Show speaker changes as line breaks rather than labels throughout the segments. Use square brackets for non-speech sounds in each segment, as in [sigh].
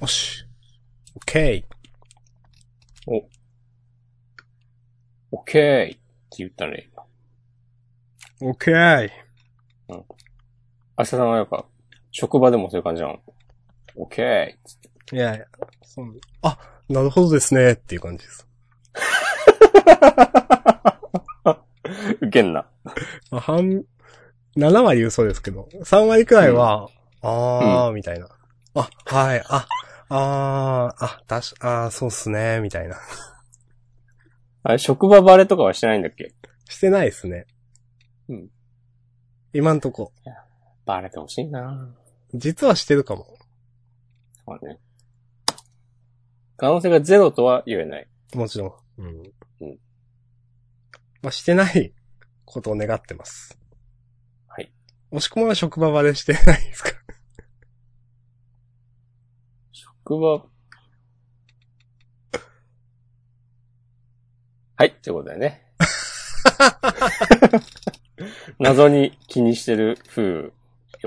よし。OK。
お。オッケーって言ったね。
OK。
明日さんはやっぱ、職場でもそういう感じなの。オッケー
いやいや、そう。あ、なるほどですね、っていう感じです。
ウケんな。
まあ、半、7割嘘ですけど、3割くらいは、あー、みたいな。あ、はい、あ、あー、あ、たし、あー、そうっすね、みたいな。
あれ、職場バレとかはしてないんだっけ
してないですね。
うん。
今んとこ。
バレてほしいな
実はしてるかも。
そうね。可能性がゼロとは言えない。
もちろん。うん。
うん
まあ、してないことを願ってます。
はい。
もしくは職場バレしてないですか [laughs]
職場。はい、ってことだよね。 [laughs] 謎に気にしてる風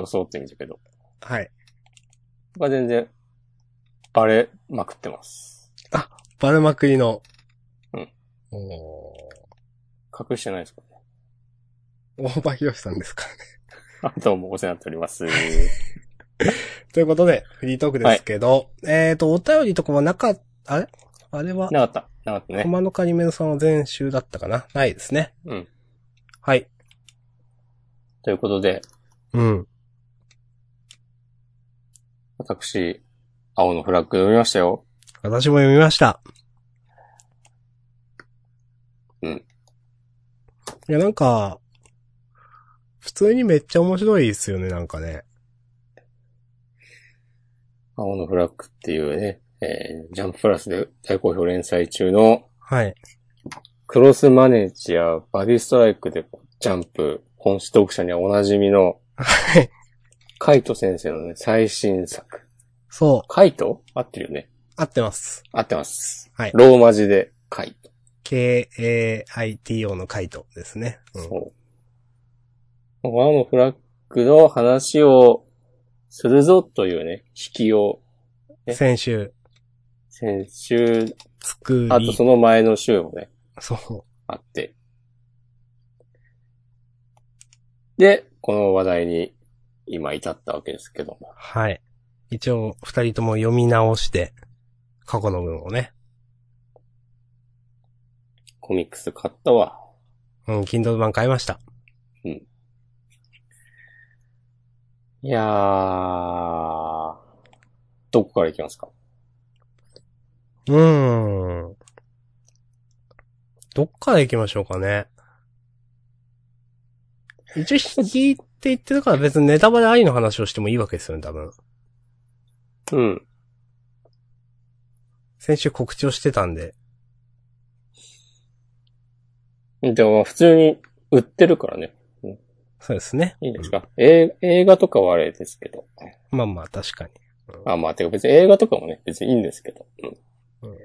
装ってみたけど。
はい。
僕は全然、バレまくってます。
バレまくりの。
うん。
お
隠してないですかね。
ー大場博さんですからね。 [laughs]
あ、 [laughs] どうもお世話になっております。
ということで、フリートークですけど、えっ、ー、と、お便りとかはなかっ、あれあれは、
なかった。なかったね。
駒のカリメルさんは前週だったかなないですね。
うん。
はい。
ということで、
うん。
私、青のフラッグ読みましたよ。
私も読みました。
うん。
いや、なんか、普通にめっちゃ面白いですよね、なんかね。
青のフラッグっていうね、えージャンププラスで大好評連載中の、
はい。
クロスマネージやバディストライクでジャンプ、本誌読者にはおなじみの、
はい。
カイト先生のね、最新作。
そう、
カイト合ってるよね。
合ってます。
合ってます。
はい
ローマ字で、カイト。
K-A-I-T-O の回答ですね。うん。
そう。ワのフラッグの話をするぞというね、引きをね
先週、
先週、
作
あと
り
そ、の前の週もね、
そ
あって。で、この話題に今至ったわけですけど
う。
も。
はい。一応、二人とも読み直して、過去の文をね。
コミックス買ったわ。
うん、Kindle 版買いました。
いやー、どこから行きますか
うーん。どっから行きましょうかね。一応引いて言ってるから別にネタバレありの話をしてもいいわけですよね、多分。
うん。
先週告知をしてたんで。
でも普通に売ってるからね。
そうですね。
いいんですか、えー映画とかはあれですけど。
まあまあ、確かに。
あ、まあ、てか別に映画とかもね、別にいいんですけど。うん。
うん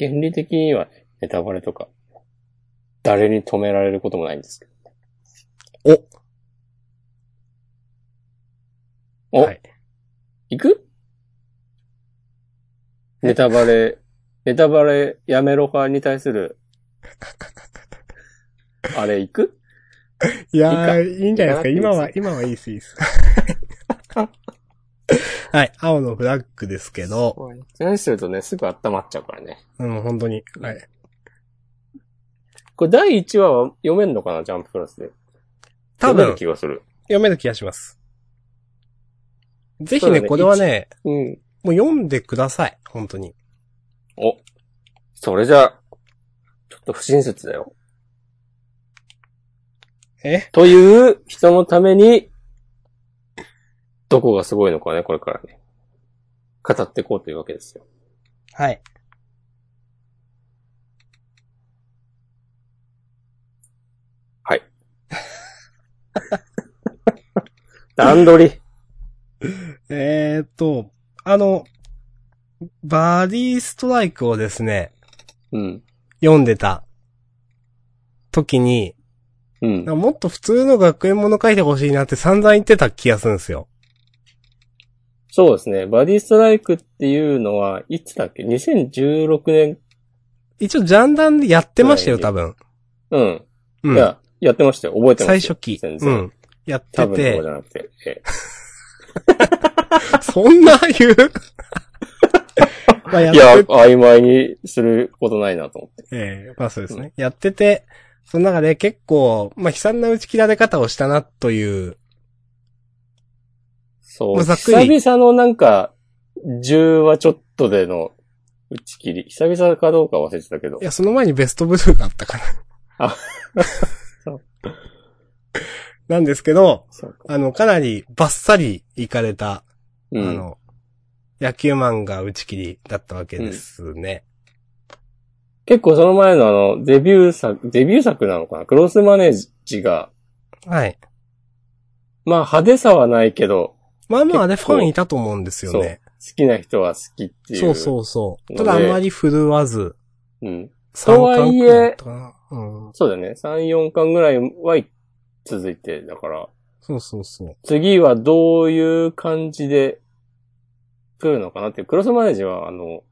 原理的にはね、ネタバレとか、誰に止められることもないんですけど。おお、
はいい、
行くネタバレ、ネタバレやめろ派に対す [laughs] る、あれ行く
いやー、いいんじゃないですか。
いいか
今は、今はいいです、いいです。 [laughs] はい、青のフラッグですけど、
何するとね、すぐ温まっちゃうからね。
うん、本当に。はい。
これ第1話は読めんのかなジャンププラスで。
多
読め
分
る、気がする。
読める気がします。ぜひ
そうだ
ね、
ね
これはね、
うん。
もう読んでください。本当に。
お。それじゃあ、ちょっと不親切だよ。
え
という人のために、どこがすごいのかね、これからね。語っていこうというわけですよ。
はい。
段取り。
えーっと、あの、バディストライクをですね、
うん。
読んでた時に、
うん。
なんかもっと普通の学園もの書いてほしいなって散々言ってた気がするんですよ。
そうですね。バディストライクっていうのは、いつだっけ ?2016 年
一応、ジャンダンでやってましたよ、多分。
うん。
う
い
ん。
や、やってましたよ。覚えてます
最
よ
初期。
全
う
然。
ん。やって
多分とか
て
じ、ゃなくて。え
そんな言う
[laughs]
まあやっ
えいや、
て
曖昧にすることないなと思って。
ええまあそうですね。やってて、その中で結構、まあ悲惨な打ち切られ方をしたなという、
そ
ま
う。
あざっく
久
り
々のなんか、10話ちょっとでの打ち切り。久々かどうか忘れてたけど
い。や、その前にベストブルーがあったかな。 [laughs]
あそう
なんですけど、
そうか。
あの、かなりバッサリ行かれた、
う
あ
ん。
の、野球漫画打ち切りだったわけですね。
結構その前のあの、デビュー作、デビュー作なのかなクロスマネージが、
はい。
まあ派手さはないけど、
まあまあ、あれ
結
フ
構
ァンいたと思うんですよね。
好きな人は好きっていう。
そうそうそう。
の
た
で
だあまり振るわず、
う。うん。
3巻くらいだったかな。うん。
そうだね。3、4巻ぐらいは続いて、だから、
そうそうそう。
次はどういう感じで来るのかなっていう。クロスマネージは、あの、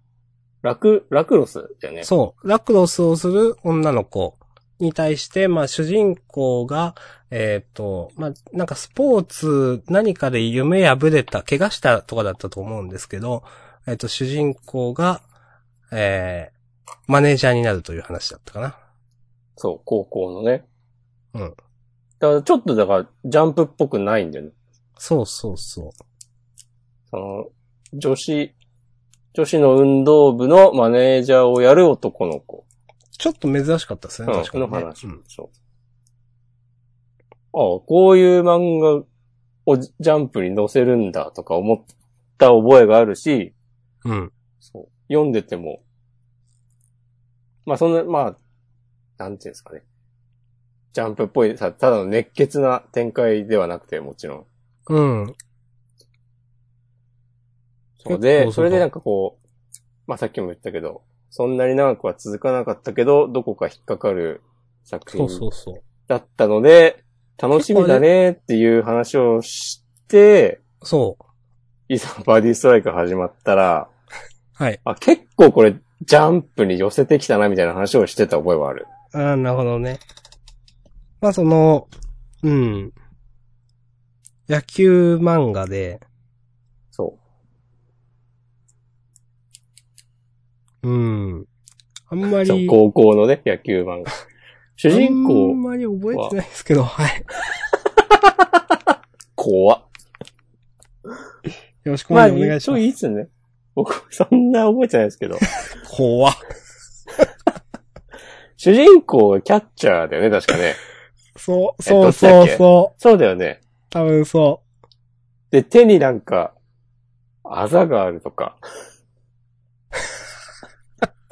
ラク、ラクロスだよね。
そう。ラクロスをする女の子に対して、まあ主人公が、えっ、と、まあなんかスポーツ何かで夢破れた、怪我したとかだったと思うんですけど、えっ、と主人公が、えー、マネージャーになるという話だったかな。
そう、高校のね。
うん。
だからちょっとだから、ジャンプっぽくないんだよね。
そうそうそ
その、女子、女子の運動部のマネージャーをやる男の子。
う。ちょっと珍しかったですね、
うん
確かに、ね。
の話、
うん
そう。ああ、こういう漫画をジャンプに載せるんだとか思った覚えがあるし、
うん。
そう読んでても、まあそんな、まあ、なんていうんですかね。ジャンプっぽい、さただの熱血な展開ではなくて、もちろん。
うん。
そうで、
結構そうか
それでなんかこう、まあさっきも言ったけど、そんなに長くは続かなかったけど、どこか引っかかる作
そ
品
うそうそう。
だったので、楽しみだねっていう話をして、
そ
いざバディストライク始まったら、
う。はい。
あ、結構これジャンプに寄せてきたなみたいな話をしてた覚えはある。
ああ、なるほどね。まあその、うん。野球漫画で、
そ
うん。あんま
う。そう
り、
高校のね、野球
[laughs]
漫画。主人
あん
公、
まり覚えてないですけど、 [laughs] はい。
怖っ。
よろしくお
まあ、
願い
一
し
応
ます。
いいっすね。僕、そんな覚えてないですけど。 [laughs]
怖
主人公がキャッチャーだよね、確かね。
そう、
えど
そう
っちだ
そ
っ
う
け
そ
そうだよ
う。
ね。
多分そ
で、手になんか、あざがあるとか。 [laughs]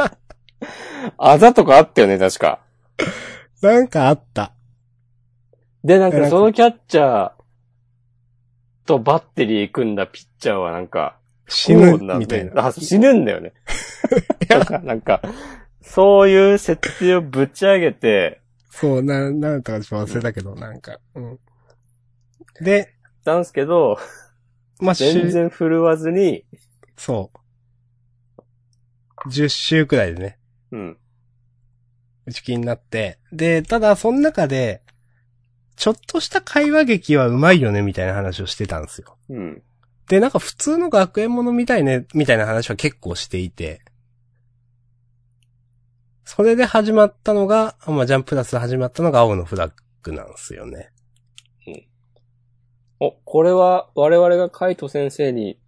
あざとかあったよね、確か。
う。なんかあった。
で、な
え
ん
なん
か
か
そのキャッチャーとバッテリー組んだピッチャーはなんか、
死
こ
ぬ、
うなん
みたいな。
あ、死ぬんだ
[laughs]
よね。とか、なんか、そういう設定をぶち上げて、
そう、な、なんとかちょっと忘れたけど、なんか。うん。で、
なんですけど、
まあ、
全
週、
然振るわずに、
そう。10週くらいでね。
うん。
打ち切りになって。で、ただ、その中で、ちょっとした会話劇はうまいよね、みたいな話をしてたんですよ。
うん。
で、なんか普通の学園ものみたいね、みたいな話は結構していて。それで始まったのが、まあ、ジャンププラスで始まったのが青のフラッグなんですよね。
お、これは我々がカイト先生に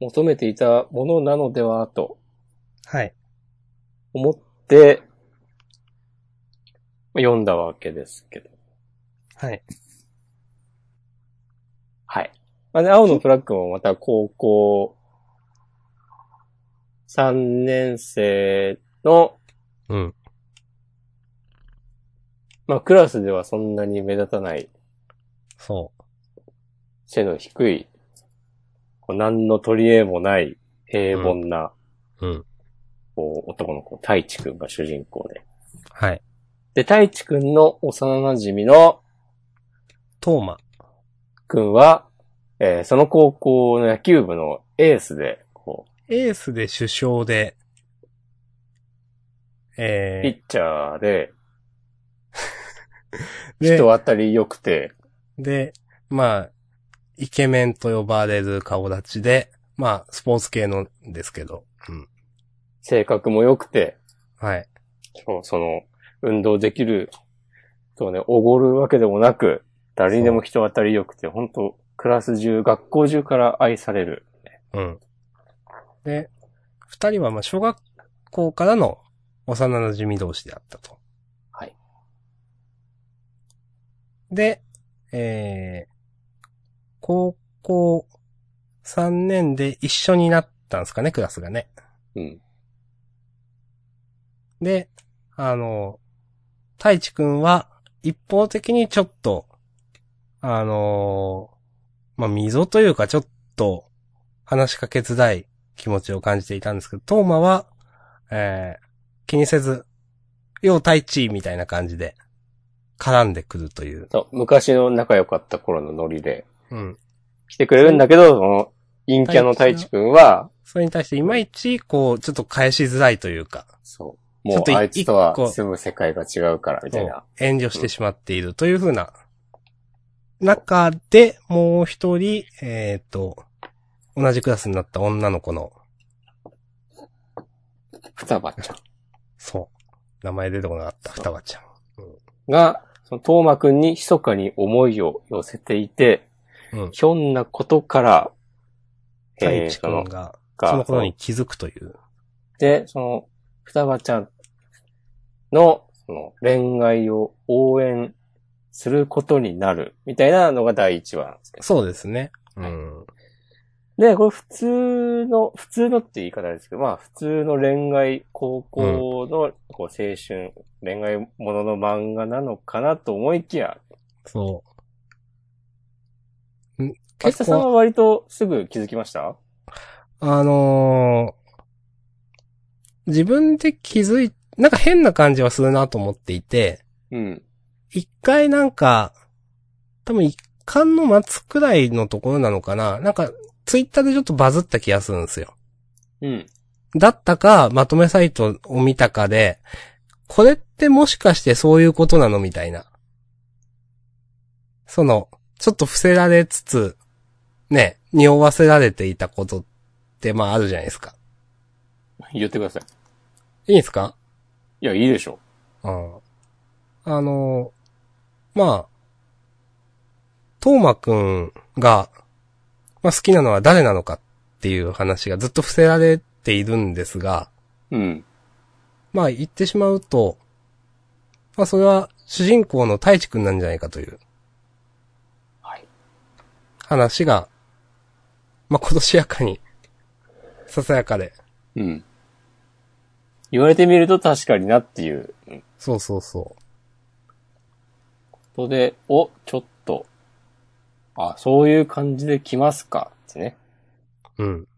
求めていたものなのではと
はい。
思って、まあ読んだわけですけど。
はい。
はい。まあね、青のフラッグもまた高校3年生の、
うん。
まあクラスではそんなに目立たない
そ
背の低い、こう何の取り柄もない平凡な、
う。うん。
こう男の子、太一くんが主人公で。
はい。
で、太一くんの幼馴染の
トーマ。
くんは、えーその高校の野球部のエースで、こ
エースで首相で、
う、ピ
え
ッチャーで、
ー、
人
で、
当たり良くて、
で、まあ、イケメンと呼ばれる顔立ちで、まあ、スポーツ系のですけど、うん。
性格も良くて、
はい。
そうその、運動できる、そうね、おごるわけでもなく、誰にでも人当たり良くて、本当クラス中、学校中から愛される。
うん。で、二人はまあ小学校からの幼馴染同士であったと。
はい。
で、えー、高校3年で一緒になったんですかね、クラスがね。
うん。
で、あの、太一くんは一方的にちょっと、あのまあ、溝というかちょっと話しかけづらい気持ちを感じていたんですけど、トーマは、えー気にせず、よう太一みたいな感じで絡んでくるという。
そう、昔の仲良かった頃のノリで、
うん。
来てくれるんだけど、その、陰キャの太一くんは、
それに対していまいち、こう、ちょっと返しづらいというか、
そう、
ちょ
も
っと
う
い
あいつとは
一個
住む世界が違うから、みたいな。
そう遠慮してしまっているというふうな、中で、もう一人、えっ、と、同じクラスになった女の子の、
ふたばちゃ
そう、名前出てこなかった、双葉ちゃん。
んが、その、トーマくんに密かに思いを寄せていて、
うん。
ひょんなことから、
太
ー
一くんが、そのことに気づくという。
で、その、双葉ちゃんの、その、恋愛を応援することになる、みたいなのが第一話なんですけど。
そうですね。うん。
で、これ普通の、普通のって言い方ですけど、まあ普通の恋愛、高校のこう青春、恋愛ものの漫画なのかなと思いきや、
そう。ん
明日
結
さんは
構、
割とすぐ気づきました
あのー自分で気づい、なんか変な感じはするなと思っていて、
うん。
一回なんか、多分一巻の末くらいのところなのかな。なんか、ツイッターでちょっとバズった気がするんですよ。
うん。
だったか、まとめサイトを見たかで、これってもしかしてそういうことなのみたいな。その、ちょっと伏せられつつ、ね、匂わせられていたことって、まああるじゃないですか。
言ってください。
いいですか
いや、いいでしょ。
うん。あの、まあ、トーマくんが、まあ好きなのは誰なのかっていう話がずっと伏せられているんですが、
うん。
まあ言ってしまうと、まあそれは主人公の太一くんなんじゃないかという
はい。
話が、まあ今 [laughs] 年やかに、ささやかで、
うん。言われてみると確かになっていううん
そうそうそ
ことで、お、ちょっと、あ、そういう感じで来ますかってね、
う。うん。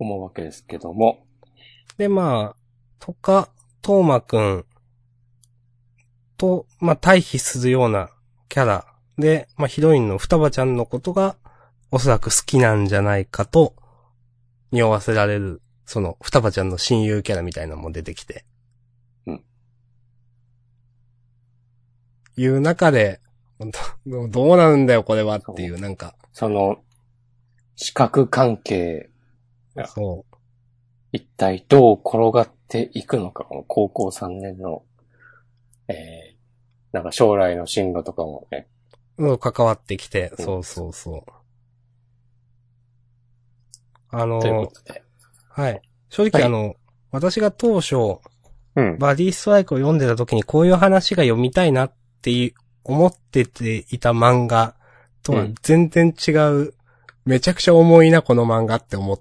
思うわけですけども。
で、まあ、とか、トーマくんと、まあ、対比するようなキャラで、まあ、ヒロインの双葉ちゃんのことが、おそらく好きなんじゃないかと、匂わせられる、その、双葉ちゃんの親友キャラみたいなのも出てきて。
うん。
いう中で、ほんとどどうなるんだよ、これはっていう、なんか、
その、視覚関係、そう
そう。
一体どう転がっていくのか、この高校3年の、えー、なんか将来の進路とかもね、
うん、関わってきて、
うん
そうそうそう。あ
というこ
の、
とで。
はい。正直、
はい
あの、私が当初、
うん。
バディストライクを読んでた時にこういう話が読みたいなっていう思ってていた漫画とは
うん
全然違う、めちゃくちゃ重いな、この漫画って思っ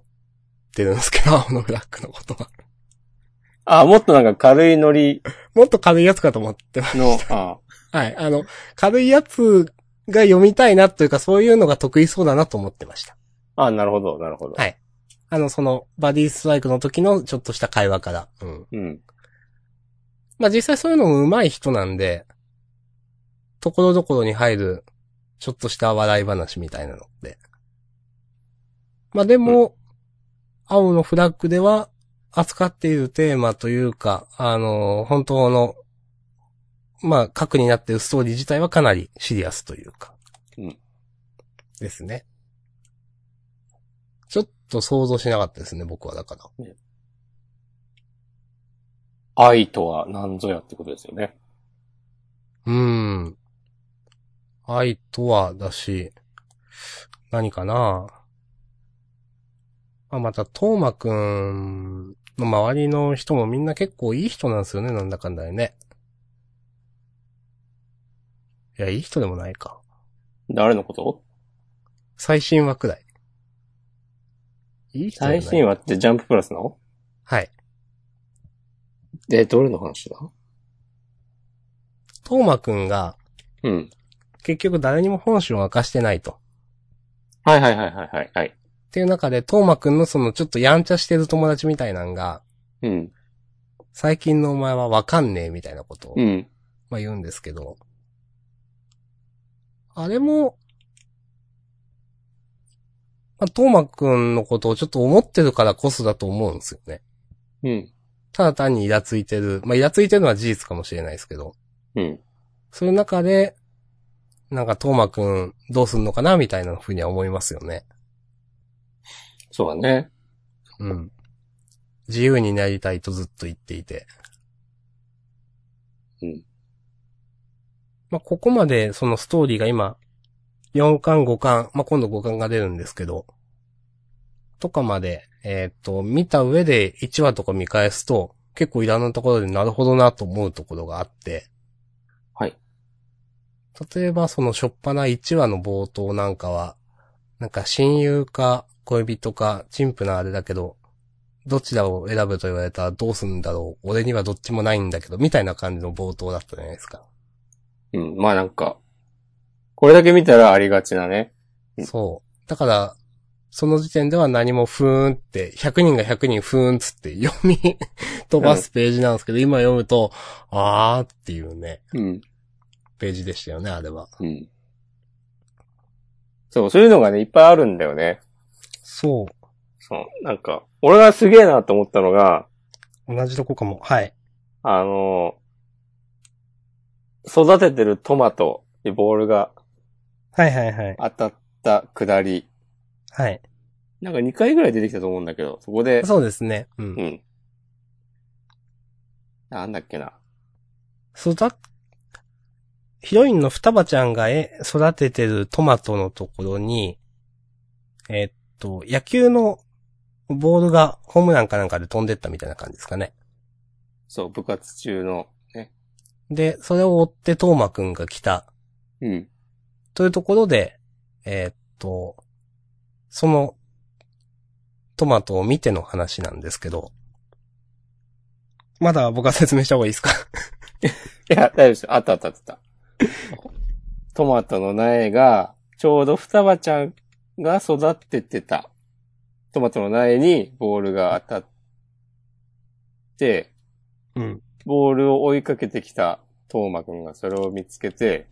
てるんですけど、青のブラックのことは。
あ、もっとなんか軽いノリ
もっと軽いやつかと思ってます。
の、あ
はい。あの、軽いやつが読みたいなというか、そういうのが得意そうだなと思ってました。
あ、なるほど、なるほど。
はいあの、その、バディストライクの時のちょっとした会話から。うん。
うん。
まあ、実際そういうのも上手い人なんで、ところどころに入る、ちょっとした笑い話みたいなので、まあでも、青のフラッグでは扱っているテーマというか、あの、本当の、まあ、核になっているストーリー自体はかなりシリアスというか。
うん
ですね。ちょっと想像しなかったですね、僕はだから。
愛とは何ぞやってことですよね。
うーん。愛とはだし、何かなまあ、また、トーマくんの周りの人もみんな結構いい人なんですよね、なんだかんだでね。いや、いい人でもないか。
誰のこと
最新話くらい。いい人でもない
最新話ってジャンププラスの
はい。
え、どれの話だ
トーマくんが、
うん。
結局誰にも本心を明かしてないと。
はいはいはいはいはいはい。
っていう中で、トーマくんのそのちょっとやんちゃしてる友達みたいなんが、
うん。
最近のお前はわかんねえみたいなことを、
うん。
まあ言うんですけど、あれも、まあ、トーマくんのことをちょっと思ってるからこそだと思うんですよね。
うん。
ただ単にイラついてる。まあ、イラついてるのは事実かもしれないですけど、
うん。
そういう中で、なんかトーマくんどうすんのかなみたいなふうには思いますよね。
そうだね。
うん。自由になりたいとずっと言っていて。
うん。
まあ、ここまでそのストーリーが今、4巻5巻、まあ、今度5巻が出るんですけど、とかまで、えーっと、見た上で1話とか見返すと、結構いらんなところでなるほどなと思うところがあって、
はい。
例えばその初っ端1話の冒頭なんかは、なんか親友か恋人か陳腐なあれだけど、どちらを選ぶと言われたらどうするんだろう俺にはどっちもないんだけど、みたいな感じの冒頭だったじゃないですか。
うん。まあなんか、これだけ見たらありがちなね。うん
そう。だから、その時点では何もふーんって、100人が100人ふーんっつって読み [laughs] 飛ばすページなんですけど、今読むと、あーっていうね、
うん。
ページでしたよね、あれは。
うん。そう、そういうのがね、いっぱいあるんだよね。
そ
そう。なんか、俺がすげえなと思ったのが、
う。同じとこかも。はい。
あの、育ててるトマトにボールが
はいはいはい。
当たった下り。
はい。
なんか2回ぐらい出てきたと思うんだけど、そこで、
そうですね。う。
うんん。なんだっけな。
育っ、ヒロインの双葉ちゃんがえ育ててるトマトのところに、えっと、野球のボールがホームランかなんかで飛んでったみたいな感じですかね。
そう、部活中の、ね。
で、それを追ってトーマくんが来た。
うん。
というところで、えーっと、その、トマトを見ての話なんですけど、まだ僕は説明した方がいいですか [laughs]
いや、大丈夫ですよ。あったあったあった。トマトの苗が、ちょうど双葉ちゃんが育っててた。トマトの苗にボールが当たって、
うん。
ボールを追いかけてきたトーマくんがそれを見つけて、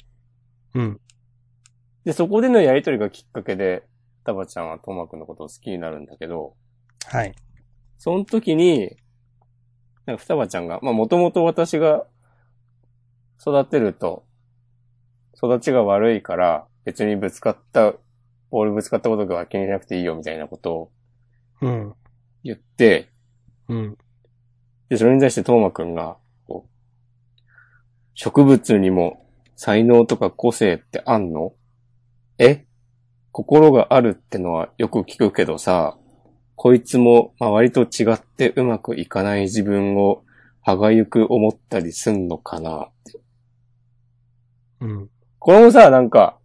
うん。
で、そこでのやりとりがきっかけで、双葉ちゃんはトーマくんのことを好きになるんだけど、
はい。
その時に、なんか双葉ちゃんが、まあもともと私が育てると、育ちが悪いから、別にぶつかった、ボールぶつかったことが気にしなくていいよみたいなことを
うん。
言って、
うん。
で、それに対してトーマくんが、こう、植物にも才能とか個性ってあんのえ心があるってのはよく聞くけどさ、こいつも周りと違ってうまくいかない自分を歯がゆく思ったりすんのかな。
うん。
これもさ、なんか、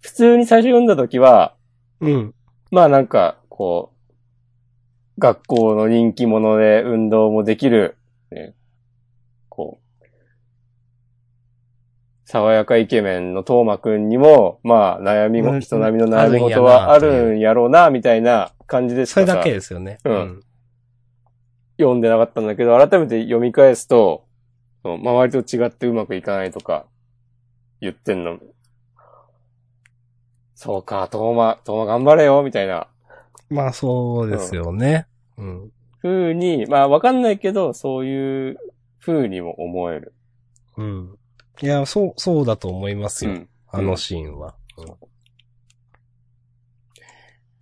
普通に最初読んだ時は、
うん。
まあなんか、こう、学校の人気者で運動もできる、ね、こう、爽やかイケメンのトーマくんにも、まあ悩み
う
も、
ん
人並みの
あ
悩
る
み
んやな
事はあるんやろうな、みたいな感じでし
そ
か
れ
さ
だけですよね。
うん。読んでなかったんだけど、改めて読み返すと、その周りと違ってうまくいかないとか、言ってんの。そうか、トーマ、トーマ頑張れよ、みたいな
まあそうですよね。うん。
風に、まあわかんないけど、そういう風にも思える。
うん。いや、そう、そうだと思います
う
よ。
ん。
あのシーンは。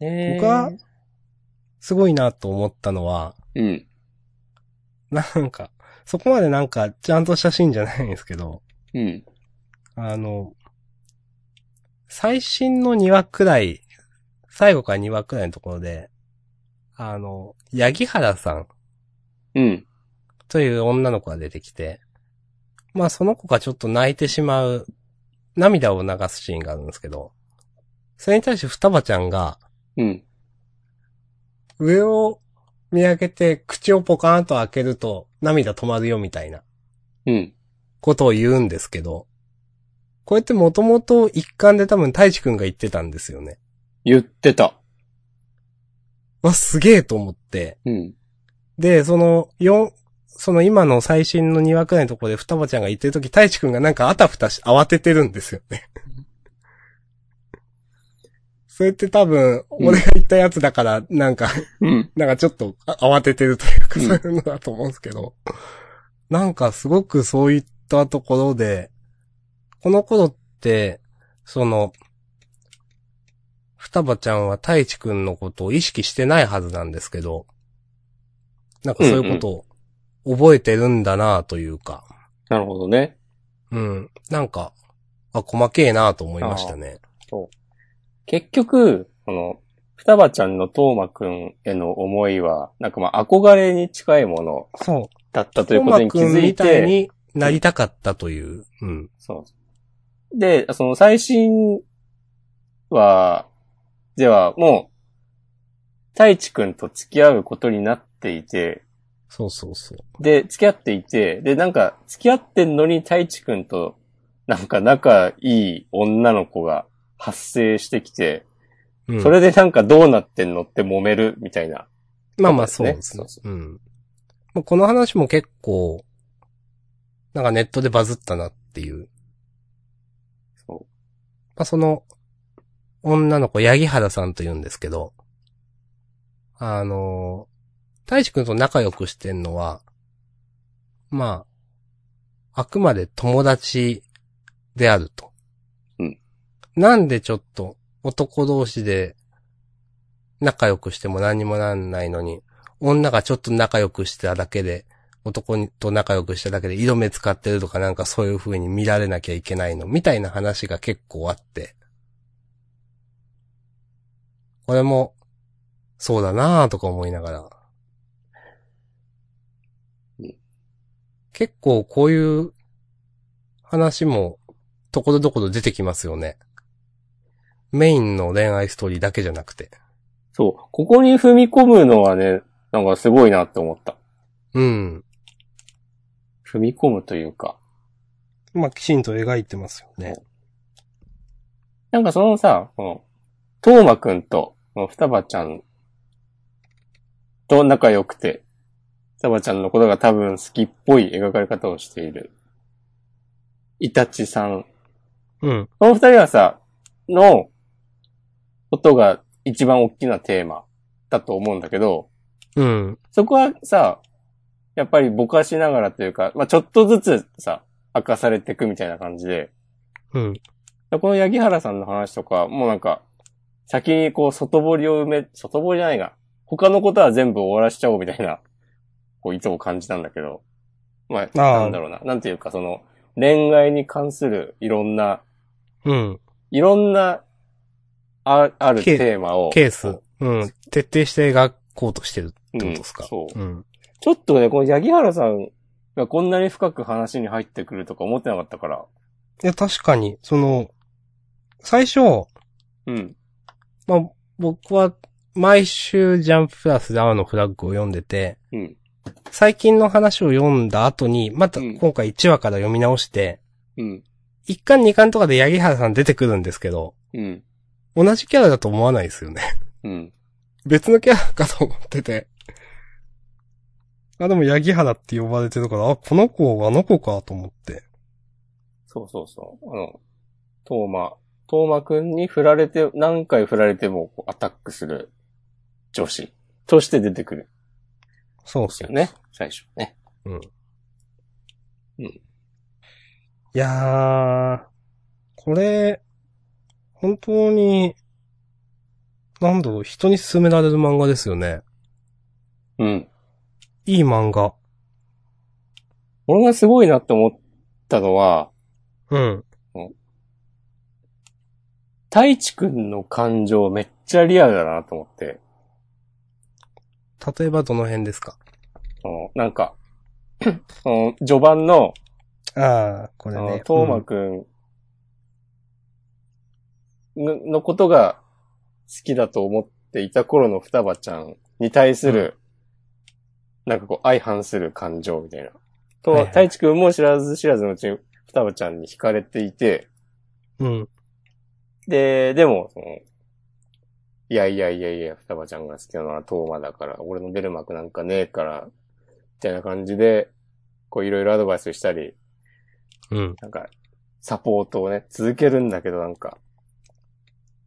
ねえ
僕は、すごいなと思ったのは、
うん。
なんか、そこまでなんか、ちゃんとしたシーンじゃないんですけど、
うん。
あの、最新の2話くらい、最後から2話くらいのところで、あの、八木原さん
うん。
という女の子が出てきて、まあその子がちょっと泣いてしまう、涙を流すシーンがあるんですけど、それに対して双葉ちゃんが、
うん。
上を見上げて口をポカーンと開けると涙止まるよみたいな
うん。
ことを言うんですけど、これってもともと一貫で多分大地くんが言ってたんですよね。
言ってた。
わ、すげえと思って。
うん。
で、その、四その今の最新の2話くらいのところで双葉ちゃんが言ってるとき、太一くんがなんかあたふたし、慌ててるんですよね。それって多分、
うん
俺が言ったやつだから、なんか、
うん。
なんかちょっとあ慌ててるというか、
うん
そういうのだと思うんですけど、なんかすごくそういったところで、この頃って、その、双葉ちゃんは太一くんのことを意識してないはずなんですけど、なんかそういうことを覚えてるんだなというか、
なるほどね。
うん、なんか、あ、細けえなと思いましたね。
結局、この、双葉ちゃんのトーマくんへの思いは、なんかまあ憧れに近いもの
そう。
だったということに気づい
みたい
て、
になりたかったという、うん。
そう。で、その最新は、ではもう、太一くんと付き合うことになっていて、
そうそうそう。
で、付き合っていて、で、なんか、付き合ってんのに太一くんと、なんか仲いい女の子が発生してきて、
うん
それでなんかどうなってんのって揉めるみたいな。
まあまあそうですね
そうそ。
うん。まあこの話も結構、なんかネットでバズったなっていう。
そ
まあその、女の子、八木原さんと言うんですけど、あの、大志くんと仲良くしてんのは、まあ、あくまで友達であると。
うん
なんでちょっと男同士で仲良くしても何にもなんないのに、女がちょっと仲良くしただけで、男にと仲良くしただけで色目使ってるとかなんかそういう風に見られなきゃいけないのみたいな話が結構あって。これも、そうだなぁとか思いながら
うん。
結構こういう話もところどころ出てきますよね。メインの恋愛ストーリーだけじゃなくて。
そう。ここに踏み込むのはね、なんかすごいなって思った。
うん。
踏み込むというか。
まあ、きちんと描いてますよね。
なんかそのさ、この、トーマくんと、この双葉ちゃんと仲良くて、双葉ちゃんのことが多分好きっぽい描かれ方をしている。イタチさん。
うん。
この二人はさ、の、ことが一番大きなテーマだと思うんだけど、
うん。
そこはさ、やっぱりぼかしながらというか、まあ、ちょっとずつさ、明かされていくみたいな感じで、
うん。
この八木原さんの話とか、もうなんか、先にこう外堀を埋め、外堀じゃないが、他のことは全部終わらしちゃおうみたいな、こう意図を感じたんだけど、まあ、なんだろうな、なんていうかその、恋愛に関するいろんな、
うん。
いろんな、あある
ケー
テーマを。
ケース。うん。徹底して描こうとしてるっ
うん
てことですか。
そう。
うん。
ちょっとね、この八木原さんがこんなに深く話に入ってくるとか思ってなかったから。
いや、確かに、その、最初、
うん。
まあ、僕は、毎週ジャンププラスで青のフラッグを読んでて、
うん。
最近の話を読んだ後に、また
うん
今回1話から読み直して、
うん。
1巻2巻とかで八木原さん出てくるんですけど、
うん。
同じキャラだと思わないですよね。 [laughs]
うん。
別のキャラかと思ってて。あ、でも、八木原って呼ばれてるから、あ、この子、あの子かと思って。
そうそうそう。あの、トーマ、トーマくんに振られて、何回振られてもこうアタックする女子として出てくるんで
そうっ
す
す
よ
よ
ね。最初ね。
いやー、これ、本当に、なんだろう、人に勧められる漫画ですよね。
うん。
いい漫画。
俺がすごいなって思ったのは、
うん。
太一くんの感情めっちゃリアルだなと思って。
例えばどの辺ですか
そのなんか、 [clears throat] その序盤の、
ああ、こ
あ
れ
の
ね。
トーマくんののことが好きだと思っていた頃の双葉ちゃんに対する、なんかこう相反する感情みたいな。と、
はいはい
太一くんも知らず知らずのうちに双葉ちゃんに惹かれていて、
うん。うん。
で、でも、その、いやいやいやいや、双葉ちゃんが好きなのはトーマだから、俺の出る幕なんかねえから、みたいな感じで、こういろいろアドバイスしたり、
うん。
なんか、サポートをね、続けるんだけどなんか、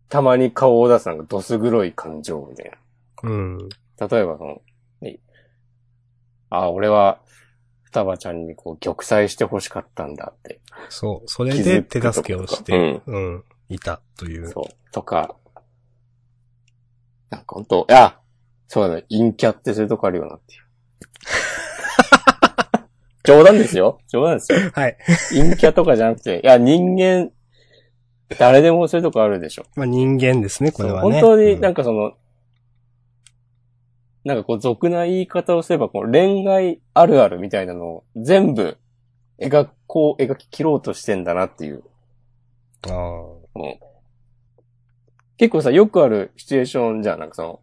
たまに顔を出すなんかどす黒い感情みたい
うん。
な。例えばその、ねあ、俺は、双葉ちゃんにこう、玉砕して欲しかったんだって。
そう。それで手助けをして、うん、いたという。
そう。とか、なんか本当あそうだね、陰キャってそういうとこあるよなって
[laughs]
いう。冗談ですよ冗談ですよ。
はい。
陰キャとかじゃなくて、いや、人間、誰でもそういうとこあるでしょ。
まあ人間ですね、これはね。
本当になん
か、
かその、なんかこう俗な言い方をすれば、こう恋愛あるあるみたいなのを全部描こう、描き切ろうとしてんだなっていう。
あ
結構さ、よくあるシチュエーションじゃん、なんかその、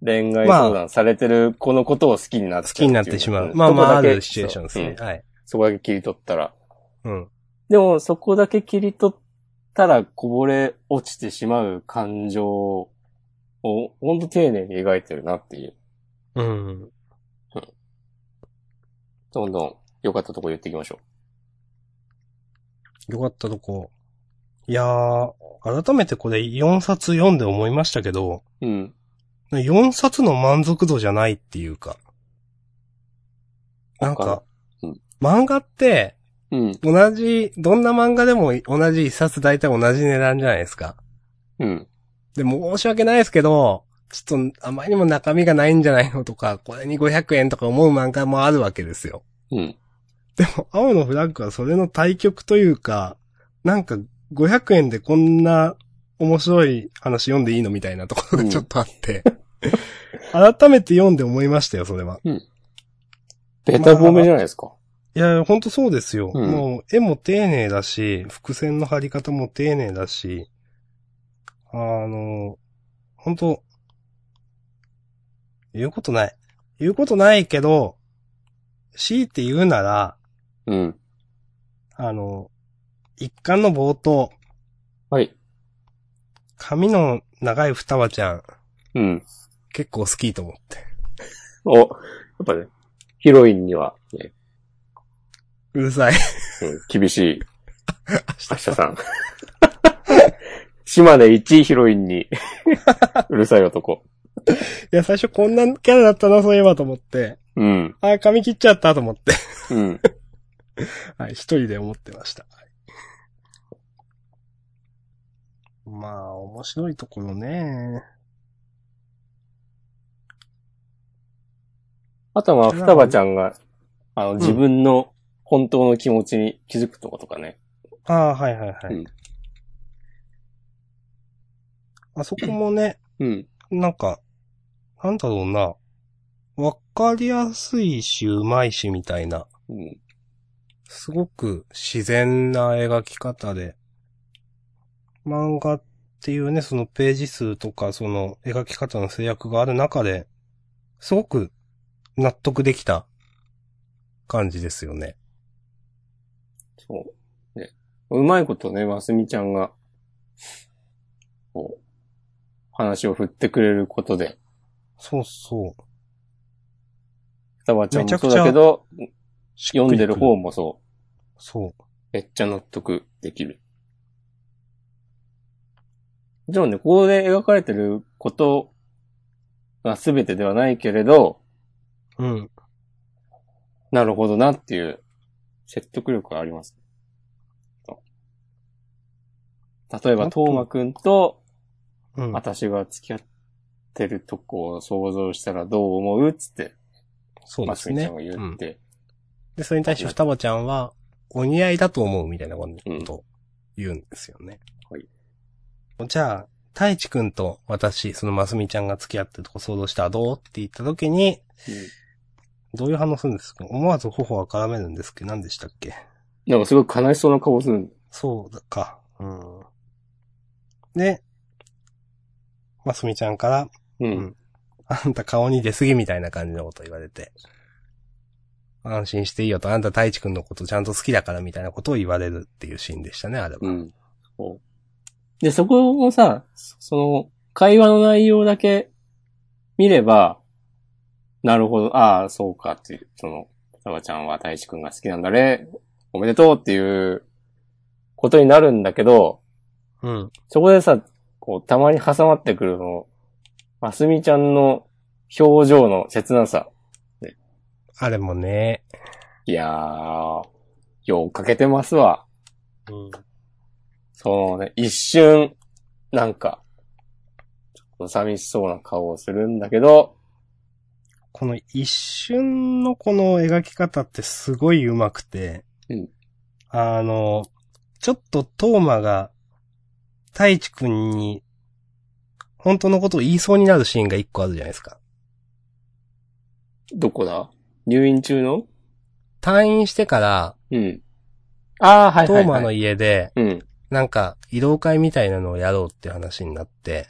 恋愛相談されてる子のことを好きになっ
ー好
ちゃ
き
うっ
に
てい
な
う
ってしまう。
ん
まあま
と
あ、
こ
あ
だけ
るシチュエーションですね。
そう
はい。
うんそこだけ切り取ったら。
うん。
でも、そこだけ切り取ったらこぼれ落ちてしまう感情を、ほんと丁寧に描いてるなっていう。
うん。
どんどん良かったとこ言っていきましょ
よかったとこ。いやー、改めてこれ4冊読んで思いましたけど、
う。うん。
4冊の満足度じゃないっていうか。なん
わか
か
るうん、
漫画って、
うん。
同じ、どんな漫画でも同じ一冊大体同じ値段じゃないですか。
うん。
で、申し訳ないですけど、ちょっとあまりにも中身がないんじゃないのとか、これに500円とか思う漫画もあるわけですよ。
うん。
でも、青のフラッグはそれの対極というか、なんか500円でこんな面白い話読んでいいのみたいなところ
うん
がちょっとあって、 [laughs] 改めて読んで思いましたよ、それは。
ベタ褒めじゃないですか。
いや、ほんとそうですよ。
うん
もう、絵も丁寧だし、伏線の張り方も丁寧だし、あの、ほんと、言うことない。言うことないけど、強いて言うなら、
うん。
あの、一巻の冒頭、
はい。
髪の長い双葉ちゃん、
うん。
結構好きと思って。
お、やっぱね、ヒロインには、ね、
うる [laughs] さい。
うん厳しい、明日さん。島根一ヒロインに、うるさい男。
いや、最初こんなキャラだったな、そういえばと思って。
うん。
あー、髪切っちゃったと思って。 [laughs]
うん。
はい、一人で思ってました。はいまあ、面白いところね。
あとはまあ、双葉ちゃんが、あの、自分の本当の気持ちに気づくとことかね。
ああ、はいはいはい。
うん
あそこもね、
うん。
なんか、なんだろうな。わかりやすいし、うまいし、みたいな。
うん。
すごく自然な描き方で、漫画っていうね、そのページ数とか、その描き方の制約がある中で、すごく納得できた感じですよね。
そう。ね。うまいことね、ますみちゃんが、こう、話を振ってくれることで、
そうそう。
双葉ちゃんもそうだけど、読んでる方もそう。
そう。
めっちゃ納得できる。もちろんね、ここで描かれてることが全てではないけれど、
うん。
なるほどなっていう説得力があります。例え
あ
ば、
と
トーマくんと
うん。
私が付き合ってるとこを想像したらどう思うっつって、
そう
マ
で
ス
す
ミちゃ
ね
ん。が言
うん
って、
で、それに対して双葉ちゃんは、お似合いだと思うみたいなことを言うんですよね。
はい
じゃあ、太一くんと私、そのますみちゃんが付き合ってるとこ想像したらどうって言った時に、どういう反応するんですか思わず頬が絡めるんですけど、何でしたっけ
なんかすごい悲しそうな顔する。
そうか。うん。で、ますみちゃんから、
うん。
うんあんた顔に出すぎみたいな感じのこと言われて、安心していいよと、あんた太一くんのことちゃんと好きだからみたいなことを言われるっていうシーンでしたね、あれは。
うん。そうで、そこもさ、そその、会話の内容だけ見れば、なるほど、ああ、そうかっていう、その、サバちゃんは大志くんが好きなんだね、おめでとうっていうことになるんだけど、
うん。
そこでさ、こう、たまに挟まってくるその、マスミちゃんの表情の切なさ。
あれもね、
いやー、ようかけてますわ。
うん。
そのね、一瞬、なんか、ちょっと寂しそうな顔をするんだけど、
この一瞬のこの描き方ってすごい上手くて、
うん
あの、ちょっとトーマが、太一くんに、本当のことを言いそうになるシーンが一個あるじゃないですか。
どこだ入院中の
退院してから、
うん。ああ、はい
ト
はい、はい。
ーマの家で、
うん。
なんか、移動会みたいなのをやろうって話になって、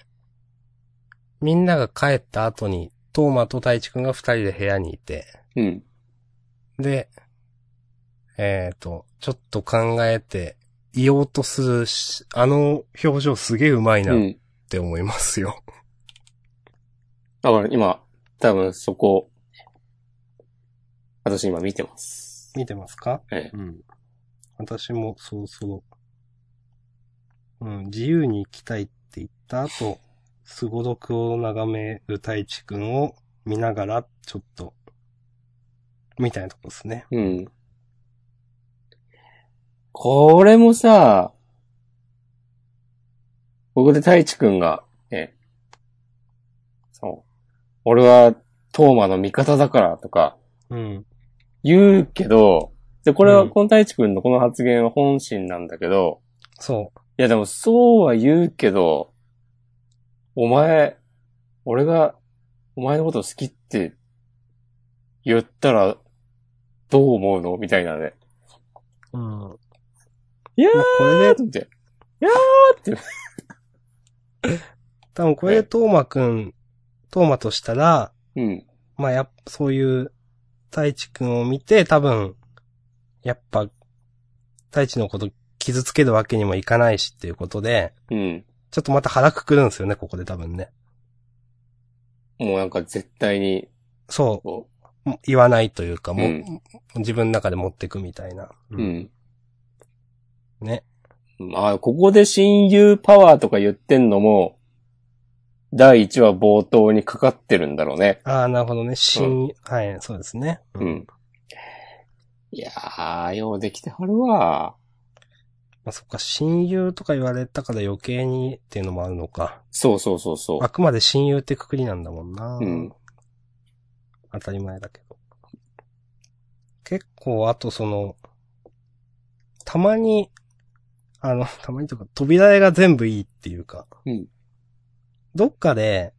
みんなが帰った後に、トーマと太一くんが二人で部屋にいて、
うん。
で、えっ、と、ちょっと考えて、言おうとするし、あの表情すげえうまいうなっ
ん。
て思いますよ。
だから今、多分そこ、私今見てます。
見てますか
ええ
うん。私もそろそろ、うん、自由に行きたいって言った後、すごろくを眺める太一くんを見ながら、ちょっと、みたいなとこですね。
うん。これもさ、ここで太一くんが、ね、そう。俺は、トーマの味方だからとか、
うん。
言うけど、で、これ
う
は、
ん
この太一くんのこの発言は本心なんだけど、
そ
いやでもそうは言うけど、お前、俺が、お前のこと好きって言ったら、どう思うのみたいなね。
う。うん。まあ、
いやー
これで、
って。
多分これでトーマくん、トーマとしたら、
うん。
まあやっぱそういう、太一くんを見て、多分、やっぱ、太一のこと傷つけるわけにもいかないしっていうことで、
うん。
ちょっとまた腹くくるんですよね、ここで多分ね。
もうなんか絶対に、
そ
こ
う、言わないというか、もう、
うん
自分の中で持ってくみたいな。
う、うん。
ね。
まあ、ここで親友パワーとか言ってんのも、第1話冒頭にかかってるんだろうね。
ああ、なるほどね。新、はい、そうですね。
う。ん。いやー、ようできてはるわ。
まあそっか、親友とか言われたから余計にっていうのもあるのか。
そうそうそうそう
あ。くまで親友ってくくりなんだもんな。
うん。
当たり前だけど。結構、あとその、たまに、あの、 [laughs] たまにというか、扉絵が全部いいっていうか、
うん
どっかで、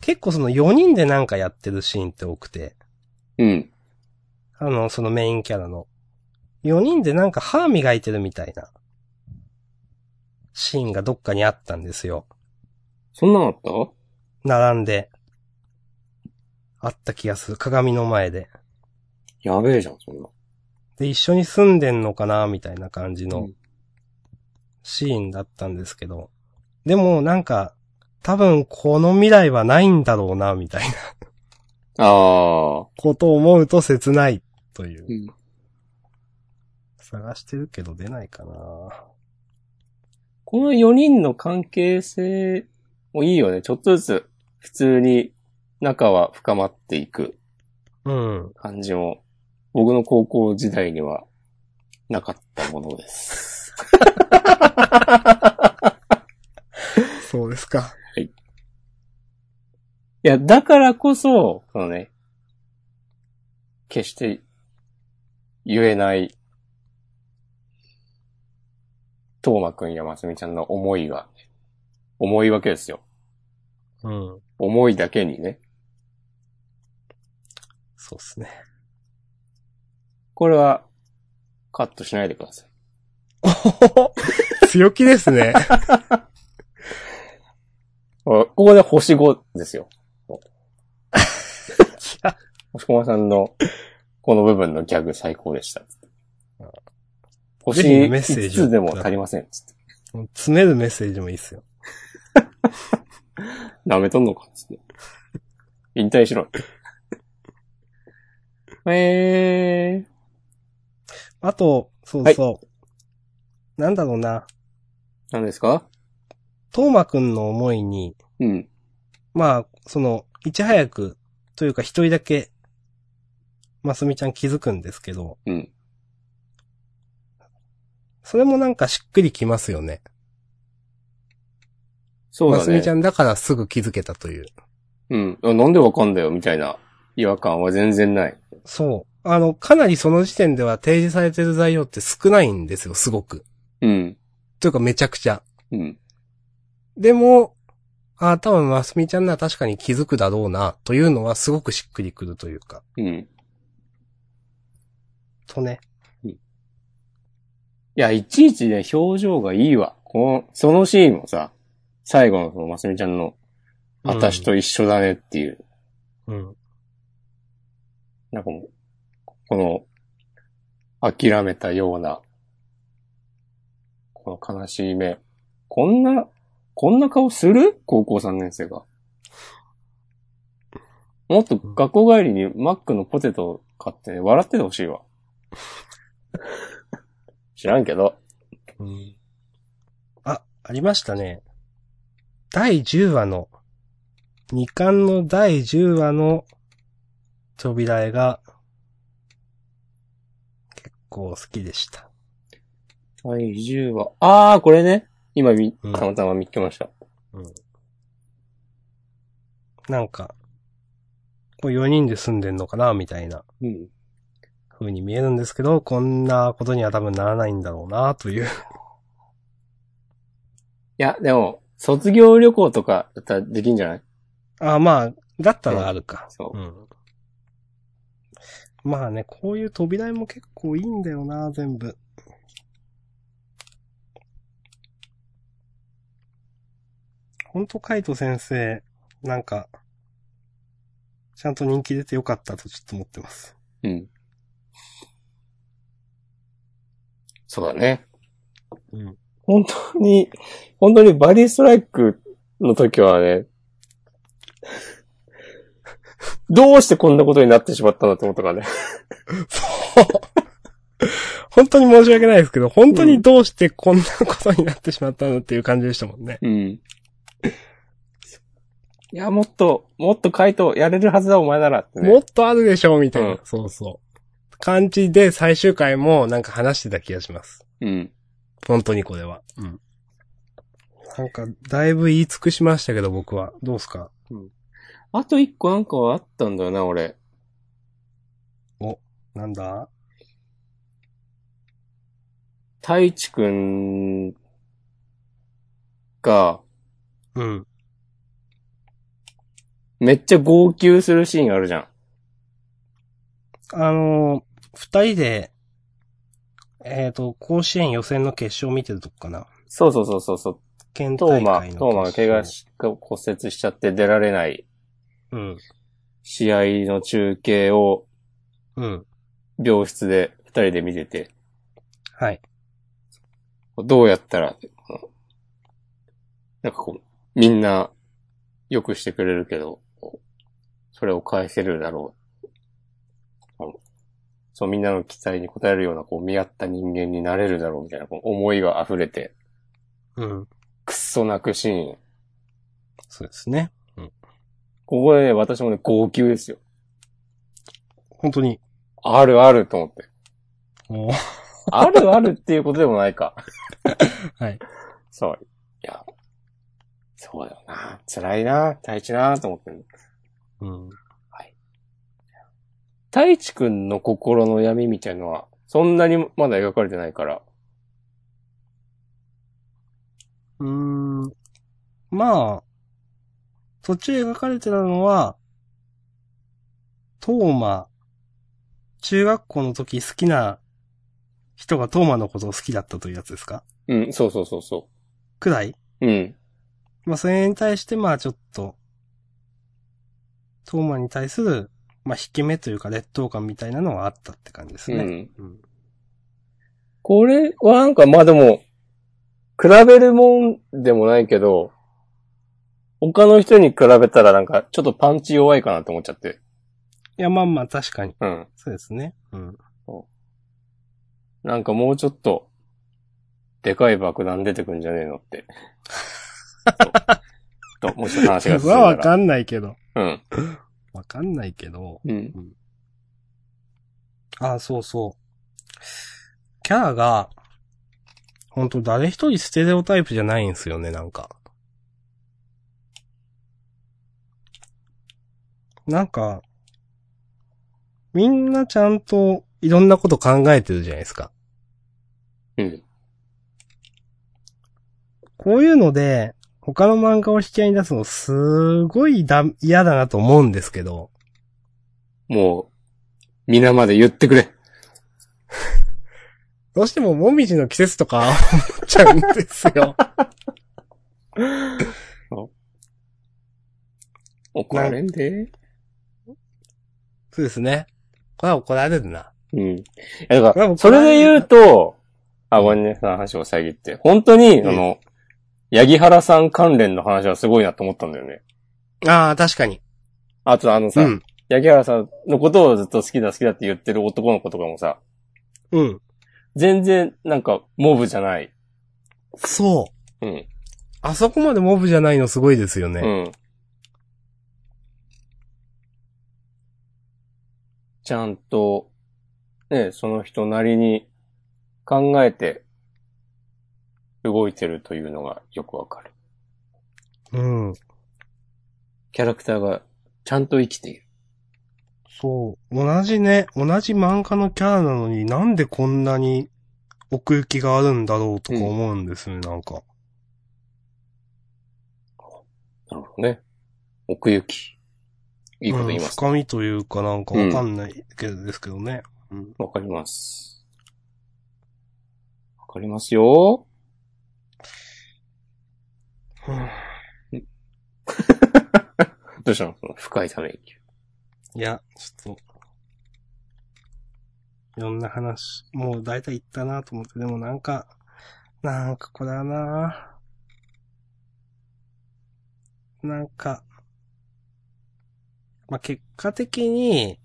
結構その4人でなんかやってるシーンって多くて、
うん。
あの、そのメインキャラの。4人でなんか歯磨いてるみたいな、シーンがどっかにあったんですよ。
そんなのあった
並んで。あった気がする。鏡の前で。
やべえじゃん、そんな。
で、一緒に住んでんのかなみたいな感じ
う
の
ん
シーンだったんですけど。でも、なんか、多分この未来はないんだろうな、みたいな
ああ。
ことを思うと切ないというう。
ん。
探してるけど出ないかな。
この4人の関係性もいいよね。ちょっとずつ、普通に仲は深まっていく
うん。
感じも、僕の高校時代にはなかったものです。
そうですか。
[laughs] いや、だからこそ、そのね、決して言えない、トーマくんやますみちゃんの思いが、重いわけですよ。
うん。
重いだけにね。
そうですね。 [laughs]
これは、カットしないでください。
強気ですね。 [laughs]
あここで星5で
[laughs]
すよ。星駒さんの、この部分のギャグ最高でした。星
ぜひメッセー
5
ジを
つでも足りません。つって
詰めるメッセージもいいっすよ。
舐めとんのかつって。引退
[laughs]
しろ。えー。
あと、そうそう。なんだろうな。
何ですか
トーマくんの思いに、
うん。
まあ、その、いち早く、というか一人だけ、ますみちゃん気づくんですけど、
うん。
それもなんかしっくりきますよね。
そう
ま
だ
すみ
ね
ち。ゃんだからすぐ気づけたという。
うん。あなんでわかんだよ、みたいな違和感は全然ない。
そう。あの、かなりその時点では提示されてる材料って少ないんですよ、すごく。
うん。
というかめちゃくちゃ。
うん。
でも、ああ、多分ますみちゃんなら確かに気づくだろうな、というのはすごくしっくりくるというか。
うん。
とね。
いや、いちいちね、表情がいいわ。この、そのシーンもさ、最後のその、ますみちゃんの、
うん
私と一緒だねっていう、
うん。
なんかもう、この、諦めたような、この悲しい目。こんな、こんな顔する高校3年生が。もっと学校帰りにマックのポテト買って、ね、笑っててほしいわ。知らんけど。
うんあ、ありましたね。第10話の、2巻の第10話の扉絵が結構好きでした。
第10話。あー、これね。今み、
うん
たまたま見つけました。
なんか、こう4人で住んでんのかなみたいな
うん。
風に見えるんですけど、こんなことには多分ならないんだろうなという。
いや、でも、卒業旅行とかだったらできんじゃない
あ、まあ、だったらあるか。
そう
うん。まあね、こういう扉絵も結構いいんだよな、全部。ほんと、カイト先生、なんか、ちゃんと人気出てよかったとちょっと思ってます。
うん。そうだね。
うん。
本当に、本当にバディストライクの時はね、どうしてこんなことになってしまったんだと思ったからね。
本当に申し訳ないですけど、本当にどうしてこんなことになってしまったのっていう感じでしたもんね。
うん。いや、もっと、もっと回答やれるはずだ、お前ならってね。
もっとあるでしょうみたいな。
うん
そうそう。感じで最終回もなんか話してた気がします。
うん。
本当にこれは。うん。なんか、だいぶ言い尽くしましたけど、僕は。どうすか
あと一個なんかはあったんだよな、俺。
なんだ
太一くんが、
うん。
めっちゃ号泣するシーンあるじゃん。
あのー二人で、えっ、と、甲子園予選の決勝見てるとこかな。
そうそうそうそうそう。
県
ト
大
ーマ、
会の決
ト
勝。
ーマが怪我し、骨折しちゃって出られない
うん。
試合の中継を
うん。
病室で二人で見てて、
はい。
どうやったら、このなんかこう、みんな良くしてくれるけど、こうそれを返せるだろう。あのそう、みんなの期待に応えるような、こう、見合った人間になれるだろうみたいな、こう思いが溢れて、
うん。
くっそ泣くシーン。
そうですね。
ここでね、私もね、号泣ですよ。
本当に。
あるあると思って。
おー [laughs]
あるあるっていうことでもないか。
はい。
そう。いや。そうだよな。辛いな。太一なと思ってる。
うん。
太一くんの心の闇みたいのは、そんなにまだ描かれてないから。
うーん。まあ、途中描かれてたのは、トーマ、中学校の時好きな人がトーマのことを好きだったというやつですか
うん、そうそうそうそ。
くらいう
うん。
まあ、それに対して、まあ、ちょっと、トーマに対する、まあ、引き目というか劣等感みたいなのはあったって感じです
う
ね。
ん。
うん。
これはなんか、まあでも、比べるもんでもないけど、他の人に比べたらなんか、ちょっとパンチ弱いかなって思っちゃって。
いや、まあまあ、確かに。
うん。
そうですね。うん。
なんかもうちょっと、でかい爆弾出てくんじゃねえ
[laughs]
のって。と、ともうちょっと話
それ
が進ん
は
だ
[laughs] わ
ら。
かんないけど。
うん。
わかんないけど。
うん。
ああ、そうそう。キャラが、本当誰一人ステレオタイプじゃないんですよね、なんか。なんか、みんなちゃんといろんなこと考えてるじゃないですか。
うん。
こういうので、他の漫画を引き合いに出すのすごいだ嫌だなと思うんですけど、
もう、皆まで言ってくれ。
どうしてももみじの季節とか思っちゃうんですよ。
怒られんで。
そうですね。これは怒られるな。
うん。いやだか
でも
ら、それで言うと、あ、ごめんね、その話を遮って。本当に、
うん
あの、八木原さん関連の話はすごいなと思ったんだよね。
ああ、確かに。
あとあの
う
さ、
ん。
八木原さんのことをずっと好きだ好きだって言ってる男の子とかもさ、
うん。
全然、なんか、モブじゃない。
そう。
うん。
あそこまでモブじゃないのすごいですよね。
うん。ちゃんと、ね、その人なりに考えて動いてるというのがよくわかる。
うん。
キャラクターがちゃんと生きている。
そう。同じね、同じ漫画のキャラなのになんでこんなに奥行きがあるんだろうとか思うんですね、なんか。
なるほどね。奥行き。いいこと言いま
うん
す。
深みというかなんかわかんないけどですけどね。うん。
わ、かります。わかりますよ。
うん
どうしたのその深いため息。
いや、ちょっと。いろんな話、もう大体言ったなと思って、でもなんか、なんかこれはななんか、まあ、結果的に、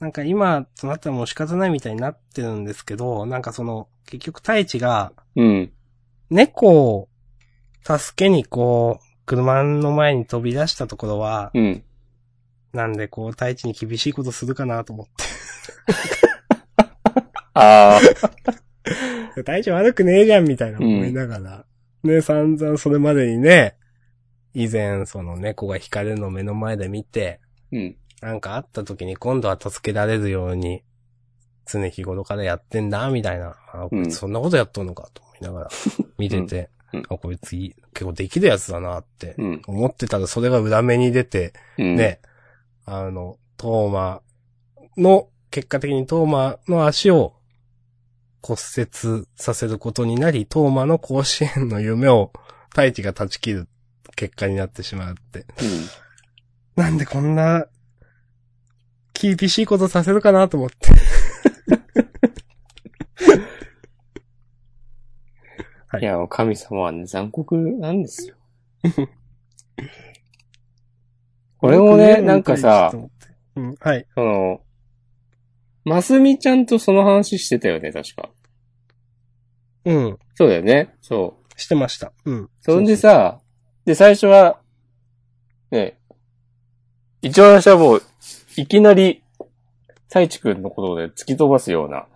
なんか今となったらもう仕方ないみたいになってるんですけど、なんかその、結局太一が、
うん。
猫を助けにこう、車の前に飛び出したところは、
うん。
なんで、こう、太一に厳しいことするかなと思って。
ああ。
[laughs] 太一悪くねえじゃん、みたいな思いながら。ね、散々それまでにね、以前、その猫が光るのを目の前で見て、
うん。
なんかあった時に今度は助けられるように、常日頃からやってんだ、みたいな。あ、こいつそんなことやっとんのか、と思いな
[laughs]
がら、見てて、
うんうん
あ、こいついい結構できるやつだな、って
うん。
思ってたら、それが裏目に出て、
うん。
ね、あの、トーマの、結果的にトーマの足を骨折させることになり、トーマの甲子園の夢を太一が断ち切る結果になってしまうって。
うん。
なんでこんな、厳しいことさせるかなと思って。
いや、神様はね、残酷なんです [laughs] よ。これもね、なんか
よ
さ
く、ねうん、はい。
その、ますみちゃんとその話してたよね、確か。
うん。
そうだよね。そう。
してました。うん。
そんでさ、で、最初は、ね、一番私はもう、いきなり、太一くんのことで突き飛ばすような、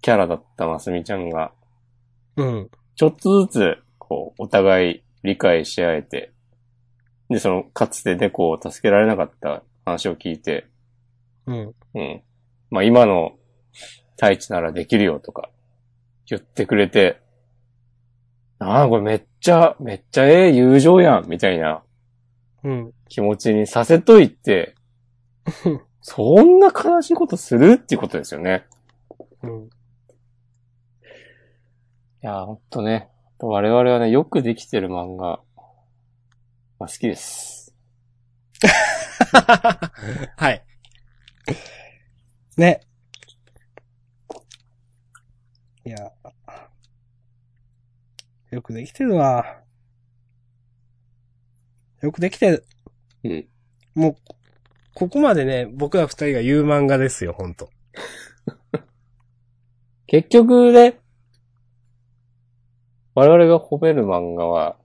キャラだったますみちゃんが、
うん。
ちょっとずつ、こう、お互い理解し合えて、で、その、かつて猫を助けられなかった話を聞いて、
うん。
うん。まあ今の太一ならできるよとか言ってくれて、ああ、これめっちゃ、めっちゃええ友情やん、みたいな
うん。
気持ちにさせとい [laughs] て、そんな悲しいことするっていうことですよね。
うん。
いやー、ほんとね、我々はね、よくできてる漫画が好きです。
[laughs] はい。ね。いや。よくできてるわ。よくできてる。
うん。
もう、ここまでね、僕ら二人が言う漫画ですよ、ほんと。
結局ね、我々が褒める漫画は、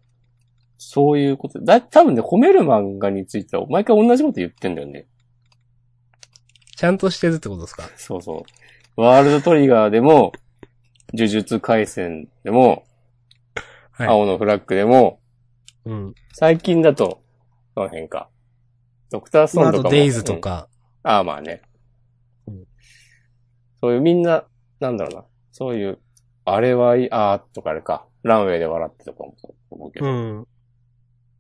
そういうこと。だ、多分ね、褒める漫画については、毎回同じこと言ってんだよね。
ちゃんとしてるってことですか
そうそう。ワールドトリガーでも、呪術回戦でも、
はい
青のフラッグでも、
うん。
最近だと、どの辺か。ドクターストー
あ
ンと
と、
かも。
デイズと
うん
か。
ああ、まあね
うん。
そういうみんな、なんだろうな。そういう、あれはいい、あーとかあれか。ランウェイで笑ってとかもそう思うけ
う
ど、
ん。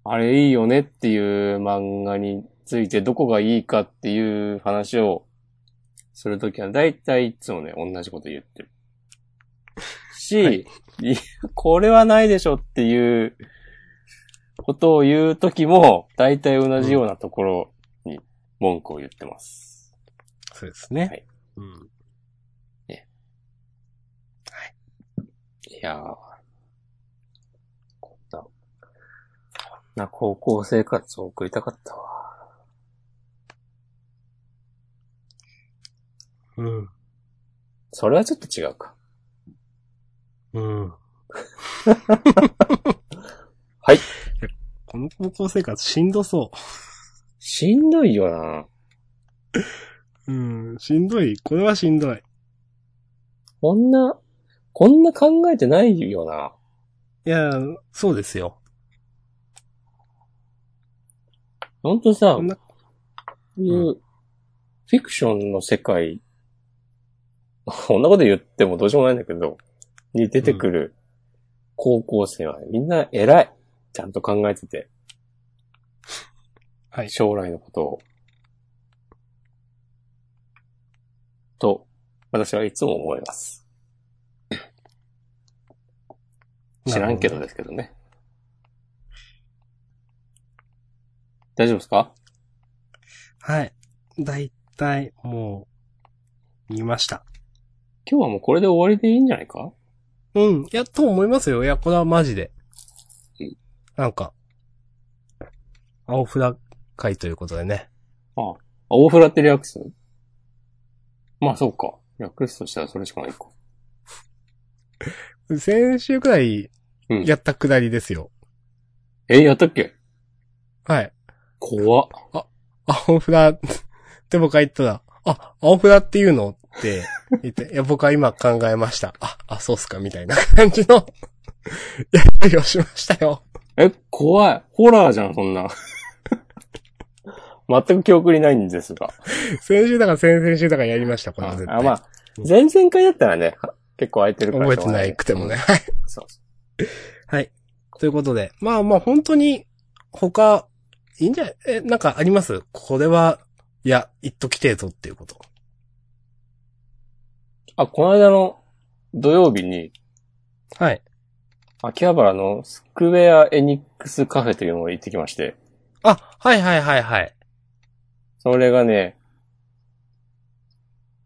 あれいいよねっていう漫画についてどこがいいかっていう話をするときは、だいたいいつもね、同じこと言ってる。
[laughs]
し、、
はい
や、これはないでしょっていうことを言うときも、だいたい同じようなところに文句を言ってます。
そうですね。
はい
うん。
いやーこんな、こんな高校生活を送りたかったわ。
うん。
それはちょっと違うか。 [laughs]
うん。
はい。
この高校生活しんどそ
しんどいよな
う。うん。しんどい。これはしんどい。
こんな、こんな考えてないよない
や、そうですよ。
ほんとさ、
こんな
こういう、フィクションの世界、こんなこと言ってもどうしようもないんだけど、に出てくる高校生はみんな偉い。ちゃんと考えてて、
はい。
将来のことを。と、私はいつも思います。知らんけどですけどね。大丈夫ですか
はい。だいたい、もう、見ました。
今日はもうこれで終わりでいいんじゃないか
うん。いや、と思いますよ。いや、これはマジで
うん。
なんか、青札会ということでね。
あ、大フラって略すまあそうか。略すとしたらそれしかないか。
先週くらい
うん、
やったくだりですよ。
え、やったっけ
はい。
怖っ。
青札って僕は言ったら、あ、青札っていうのって言って、いや、僕は今考えました。あ、あ、そうっすか、みたいな [laughs] 感じの、やりをしましたよ。
え、怖い。ホラーじゃん、そんな。 [laughs] 全く記憶にないんですが。
先週だから先々週だからやりました、これは
あ
絶対。
あ、まあ、
うん
前々回だったらね、結構空いてるから
覚えてないくてもね。。はい。
そう
はい。ということで。まあまあ本当に、他、いいんじゃないえ、なんかありますこれは、いや、言っときてえぞっていうこと。
あ、この間の土曜日に、
はい。
秋葉原のスクエアエニックスカフェというのを行ってきまして、
あ、はいはいはいはい。
それがね、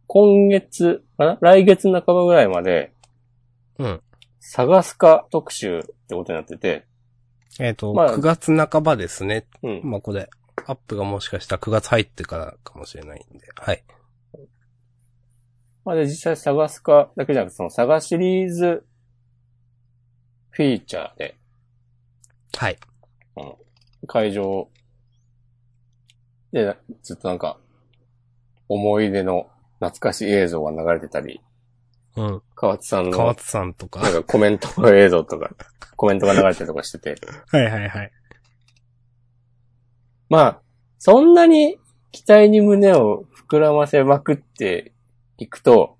今月、かな来月半ばぐらいまで、
うん。
探すか特集ってことになってて、
えっ、と、
まあ
9月半ばですね。
うん。
まあこれ、アップがもしかしたら9月入ってからかもしれないんで。はい。
まあ、で、実際探すかだけじゃなくて、その探シリーズフィーチャーで
はい。
会場で、ずっとなんか、思い出の懐かしい映像が流れてたり、
うん。
河津さん
河
の、
津さんとか。
なんかコメントの映像とか、 [laughs] コメントが流れたりとかしてて、
はいはいはい。
まあ、そんなに期待に胸を膨らませまくっていくと、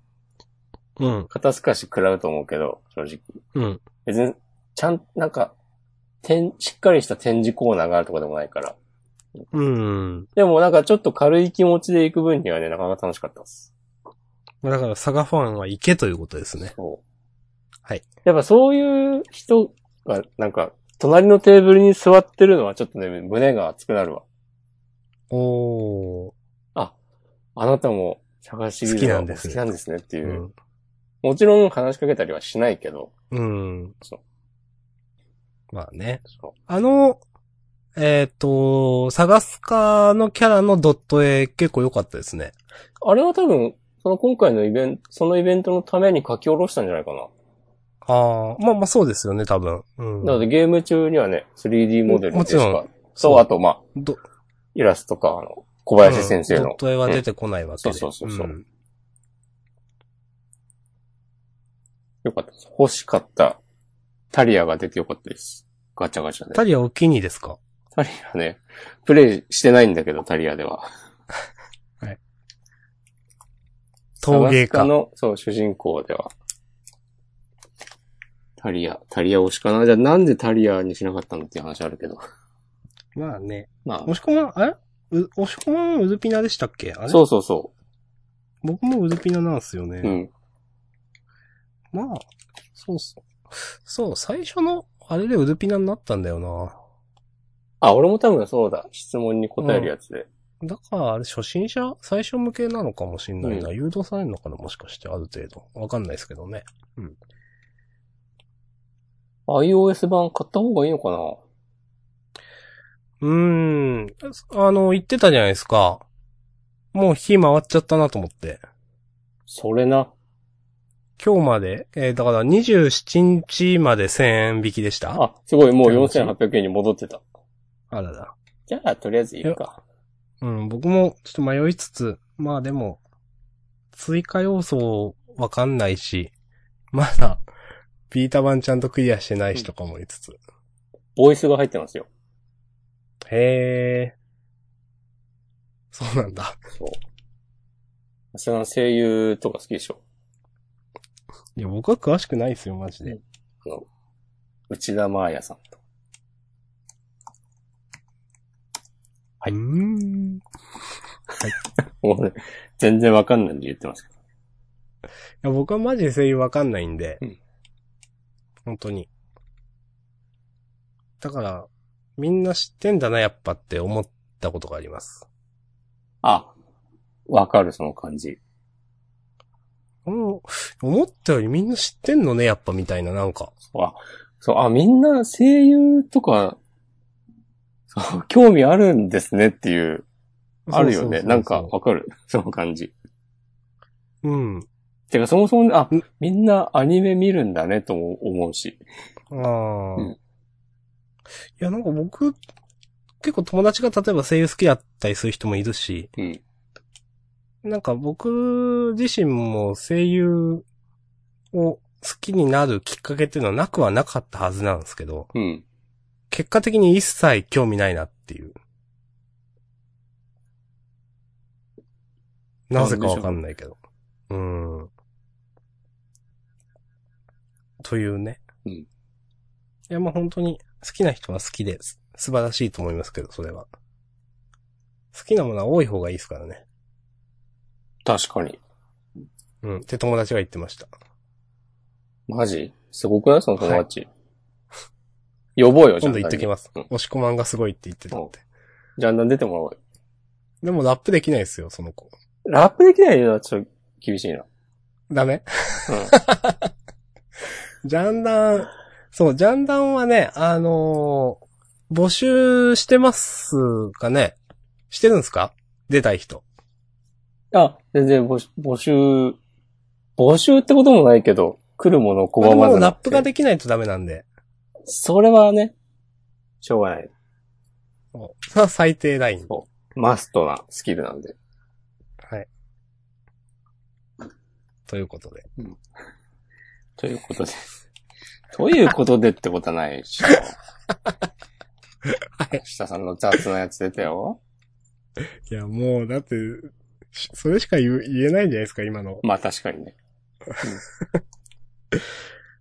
うん。
肩透かし食らうと思うけど、正直。
うん。
別に、ちゃん、なんか、展しっかりした展示コーナーがあるとかでもないから。
うん。
でもなんかちょっと軽い気持ちで行く分にはね、なかなか楽しかったです。
だから、サガファンは行けということですね。
そう。
はい。
やっぱそういう人が、なんか、隣のテーブルに座ってるのはちょっとね、胸が熱くなるわ。
おー。
あなたも探し
好きなんです
好きなんですねっていうう。
ん。
もちろん話しかけたりはしないけど、
うん。
そう
まあね。
そう
あの、えっ、と、サガスカのキャラのドット絵結構良かったですね。
あれは多分、その今回のイベント、そのイベントのために書き下ろしたんじゃないかな。
ああ、まあまあそうですよね、多分。うん。
なのでゲーム中にはね、3D モデル
も
で
ち
し
ろん
か。
そ
そうう、あとまあ、
ど、
イラストか、あの、小林先生
うんド
の
ッ。ト絵は出てこないわけで。
うんそうそうそうそうんよかったです。欲しかった。タリアが出てよかったです。ガチャガチャで。
タリアお気にですか
タリアね、プレイしてないんだけど、タリアでは。
陶芸
サガスカ
家。
の、そう、主人公では。タリア、タリア推しかなじゃあなんでタリアにしなかったのっていう話あるけど。
まあね。
ま
押し込まん、あれう押し込まんウズピナでしたっけあ
あ、
れ
そうそうそ
僕もウズピナなんですよね。
う。うん。
まあ、そうそう。そう、最初の、あれでウズピナになったんだよな。
あ、俺も多分そうだ。質問に答えるやつで。
だから、あれ、初心者、最初向けなのかもしんないな。誘導されるのかなもしかして、ある程度。わかんないですけどね。
iOS 版買った方がいいのかな
うーん。あの、言ってたじゃないですか。もう火回っちゃったなと思って。
それな。
今日まで、えーだから27日まで1000円引きでした。あ
あ、すごい、もう4800円に戻ってた。
らら。
じゃあ、とりあえずいいか。
うん、僕もちょっと迷いつつ、まあでも、追加要素わかんないし、まだ、ビータ版ちゃんとクリアしてないしとかも言いつつ。
ボイスが入ってますよ。
へえ。そうなんだ。
そう。あすが声優とか好きでしょ
いや、僕は詳しくないですよ、マジで。
内田真彩さんと。はいう
ーん。い
もうね、全然わかんないんで言ってますけど。
や、僕はマジで声優わかんないんで。
うん
本当に。だから、みんな知ってんだな、やっぱって思ったことがあります。
あ、わかる、その感じ。
うん、思ったよりみんな知ってんのね、やっぱみたいな、なんか。
そう、あ、みんな声優とか、そう、興味あるんですねっていう、ある
そ
よね。
うそうそうそう
なんかわかる、その感じ。
うん。
てか、そもそも、あ
うん、
みんなアニメ見るんだねとも思うし。
ああ、
うん
いや、なんか僕、結構友達が例えば声優好きだったりする人もいるし、
うん。
なんか僕自身も声優を好きになるきっかけっていうのはなくはなかったはずなんですけど、
うん。
結果的に一切興味ないなっていう。なぜかわかんないけど。うん。というね。
うん
いや、まあ本当に好きな人は好きです。素晴らしいと思いますけど、それは。好きなものは多い方がいいですからね。
確かに。
うん。って友達が言ってました。
マジすごくないその友達。呼ぼうよ、
今度行ってき
す。
ます。
うん
押し込まんがすごいって言ってたって。
ジャンダン出てもらおうよ。
でもラップできないですよ、その子。
ラップできないのはちょっと厳しいな。
ダメジャンダン、そう、ジャンダンはね、あのー募集してますかねしてるんですか出たい人。
うん。あ、全然募集、募集、募集ってこともないけど、来るものを拒
まあで
ま
も
ずな
ラ
く
ッ
て
プができないとダメなんで、
それはね、しょうがない。
[laughs] そうそれは最低ライン。
そマストなスキルなんで。
はい。ということで。
ということで。ということでってことはないでしょ。
はい。
下さんの雑なやつ出たよ。
いや、もう、だって、しそれしか言う言えないんじゃないですか、今の。
まあ確かにね。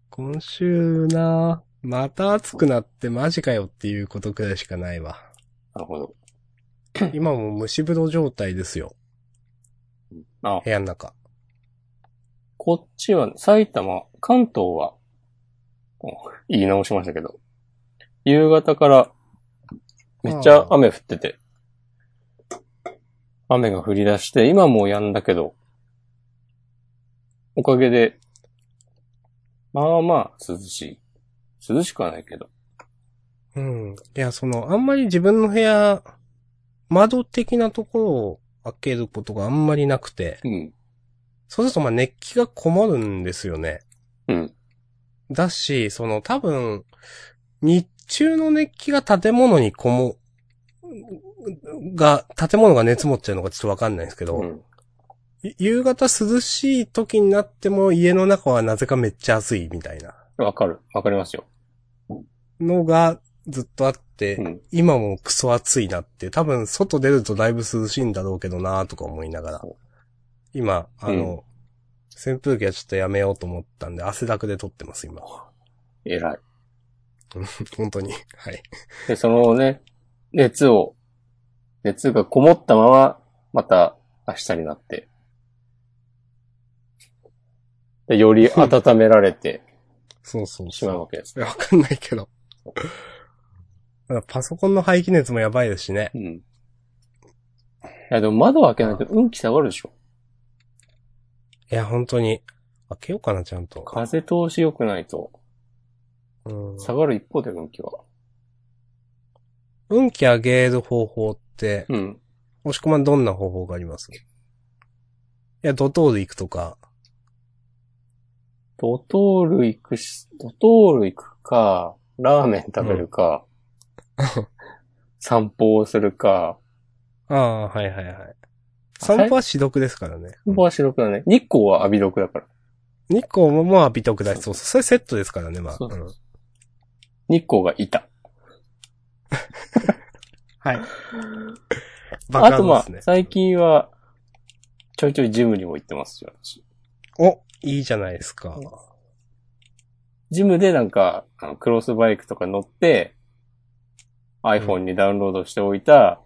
今週な、また暑くなってマジかよっていうことくらいしかないわ。
なるほど。
今もう蒸し風呂状態ですよ、
あ、
部屋の中。
こっちは、埼玉、関東は、お言い直しましたけど、夕方からめっちゃ雨降ってて、雨が降り出して、今もう止んだけど、おかげで、まあまあ涼しい。涼しくはないけど。
うん。いや、その、あんまり自分の部屋、窓的なところを開けることがあんまりなくて、
うん。
そうするとまあ熱気がこもるんですよね。
うん。
だし、その多分、日中の熱気が建物にこも、が、建物が熱持っちゃうのかちょっとわかんないですけど、
うん。
い夕方涼しい時になっても家の中はなぜかめっちゃ暑いみたいな
わかる。わかりますよ。
のがずっとあって、
うん。
今もクソ暑いなって、多分外出るとだいぶ涼しいんだろうけどなとか思いながら
そう、
今、あの、扇風機はちょっとやめようと思ったんで、汗だくで撮ってます、今。
偉い。
[laughs] 本当に。はい。
で、そのね、熱を、熱がこもったまま、また明日になって、でより温められて
そうそう
し
そ
まう
う
わ。けです
いや
ね。
わかんないけど。パソコンの排気熱もやばいですしね
う。ん。いや、でも窓開けないと運気下がるでしょ。
いや、本当に。開けようかな、ちゃんと。
風通し良くないと、
うん、
下がる一方で運気は。
運気上げる方法って、
うん。
押し込まんどんな方法がありますいや、ドトール行くとか。
ドトール行くし、ドトール行くか、ラーメン食べるか、散歩をするか、
ああ、はいはいはい。散歩は死毒ですからね。
散歩は白くだね。日光は浴び毒だから。
日光もまあ美徳だし、そうそう。それセットですからね、まあ。
そうそう
うん
日光がいた。
はい。バ
あ
カ
とま
で
あ
すね、。
最近は、ちょいちょいジムにも行ってますよ、私
お、いいじゃないですか。
ジムでなんか、あのクロスバイクとか乗って、iPhone にダウンロードしておいた、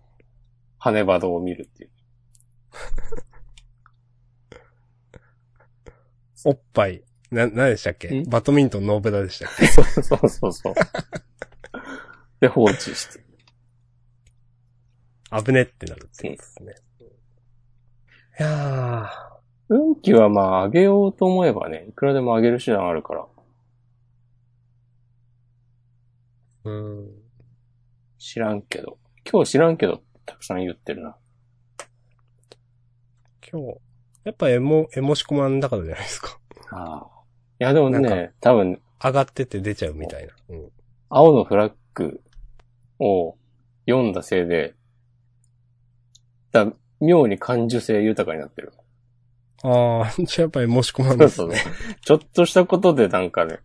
羽バドを見るっていう。
おっぱい。な、何でしたっけ
ん
バドミントンのオペラでしたっけ
そう [laughs] そうそう。で、放置して。
危ねってなるってやつですね。いや
運気はまあ上げようと思えばね、いくらでも上げる手段あるから。
ー。うん。
知らんけど。今日知らんけど、たくさん言ってるな。
今日、やっぱエモ、エモシコマンだからじゃないですか。
ああ。いやでも
な
ね、多分
上がってて出ちゃうみたいな。うん。
青のフラッグを読んだせいで、だ妙に感受性豊かになってる。
ああ、じゃあやっぱエモシコマン
そ
で
う
す
そ
ね
う。。ちょっとしたことでなんかね、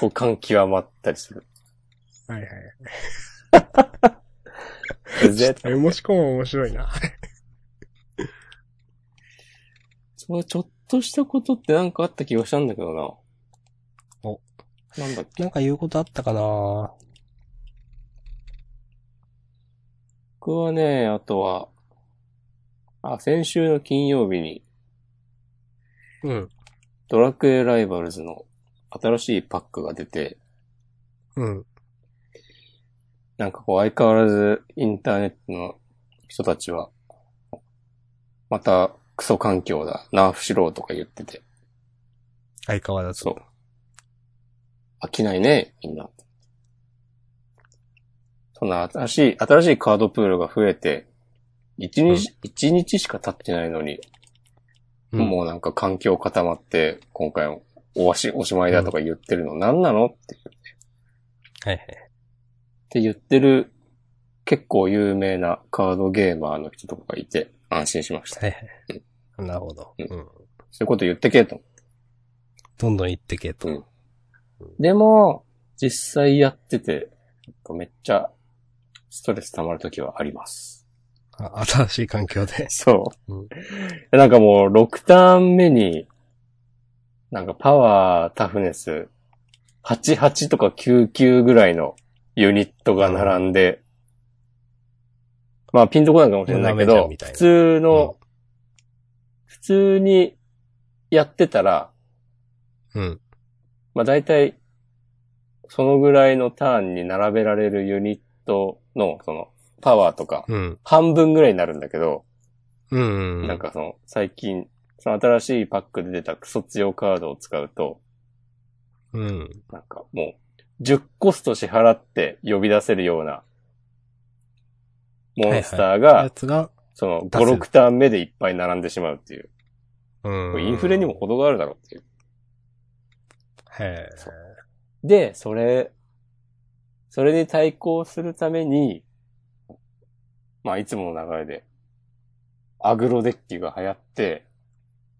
こう感極まったりす [laughs] る。
はいはい。
絶
エモシコマン面白いな。
そうちょっとしたことってなんかあった気がしたんだけどな。
お。
なんだっけ
なんか言うことあったかな
僕はね、あとは、あ、先週の金曜日に、
うん。
ドラクエライバルズの新しいパックが出て、
うん。
なんかこう相変わらずインターネットの人たちは、またクソ環境だ、ナーフしろとか言ってて、
相変わらず。
そう飽きないね、みんな。そんな新しい、新しいカードプールが増えて、一日、一、日しか経ってないのに、
うん
もうなんか環境固まって、今回もおわし、おしまいだとか言ってるの、何なのって
はいはい。
って言ってる結構有名なカードゲーマーの人とかがいて安心しました。
はいはい。なるほど。
う
うんん。
そういうこと言ってけと。
どんどん行ってけと。
うんでも、実際やってて、めっちゃストレス溜まるときはあります。
あ新しい環境で。
[laughs] そう。
うん
なんかもう6ターン目に、なんかパワー、タフネス、88とか99ぐらいのユニットが並んで、まあピンとこないかもしれない
もう
け
舐めちゃ
ど
うみ、たい
普
な
通の、
うん
普通にやってたら、
うん。
まあ大体、そのぐらいのターンに並べられるユニットの、その、パワーとか、
[laughs] うん。
半分ぐらいになるんだけど、
うん。
なん。かその、最近、その新しいパックで出たクソ強カードを使うと、
うん。
なんかもう、10コスト支払って呼び出せるような、モンスター
や
が、
つが、
その、5、
出せる
6ターン目でいっぱい並んでしまうっていう。こ
う
れ
ん。
インフレにも。程があるだろうっていう。
へえ。
で、それ、それに対抗するために、まあ、いつもの流れで、アグロデッキが流行って、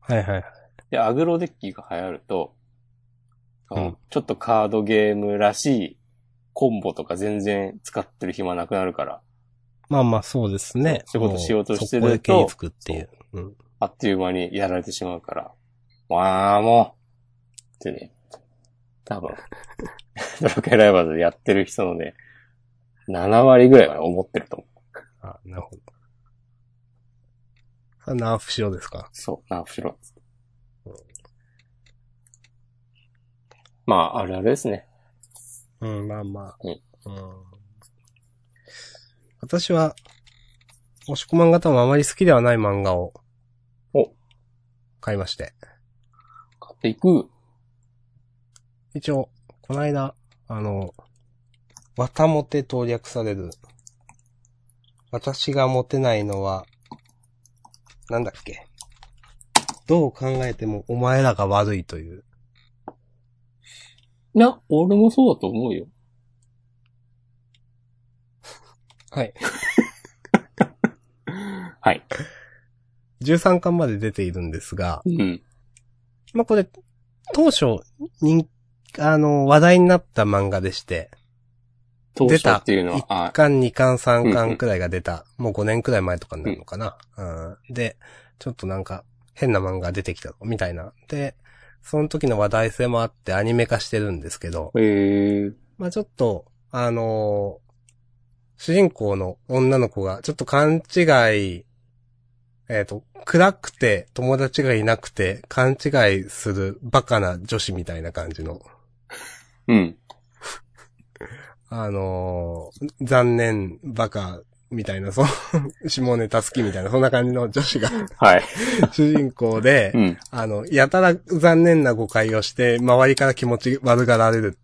はいはいはい。
で、アグロデッキが流行ると、
うん
あのちょっとカードゲームらしいコンボとか全然使ってる暇なくなるから、
まあまあそうですね。
そういうことしようとしてると
もうそこで手につくっていう。うん。
あっという間にやられてしまうから、まあ、もう、ってね、多分、 [laughs] ドラクエライバーズでやってる人のね、7割ぐらいはね思ってると思う。
あ、なるほど。それナーフしようですか
そう、ナーフシローです。まあ、あるあるですね。
うん、まあまあ。
うん
私は、押し込まん方もあまり好きではない漫画を、
お
買いまして。
買っていく。
一応、この間、あの、綿モテと略される。私がモテないのは、なんだっけ。どう考えてもお前らが悪いという。
いや、俺もそうだと思うよ。
はい。
[laughs] はい。
13巻まで出ているんですが、
うん。
まあ、これ、当初、人、あの、話題になった漫画でして、
当
出
初
た
っていうのは、あ
1巻、2巻、3巻くらいが出た、もう5年くらい前とかになるのかな。うん、で、ちょっとなんか、変な漫画が出てきたのみたいな。で、その時の話題性もあってアニメ化してるんですけど、
へえー、
まあちょっと、あのー主人公の女の子が、ちょっと勘違い、えっ、と、暗くて友達がいなくて勘違いするバカな女子みたいな感じの、
うん。
あのー残念バカみたいな、その、 [laughs] 下ネタ好きみたいな、そんな感じの女子
[laughs]
が
はい。
主人公で
う、ん。
あの、やたら残念な誤解をして、周りから気持ち悪がられる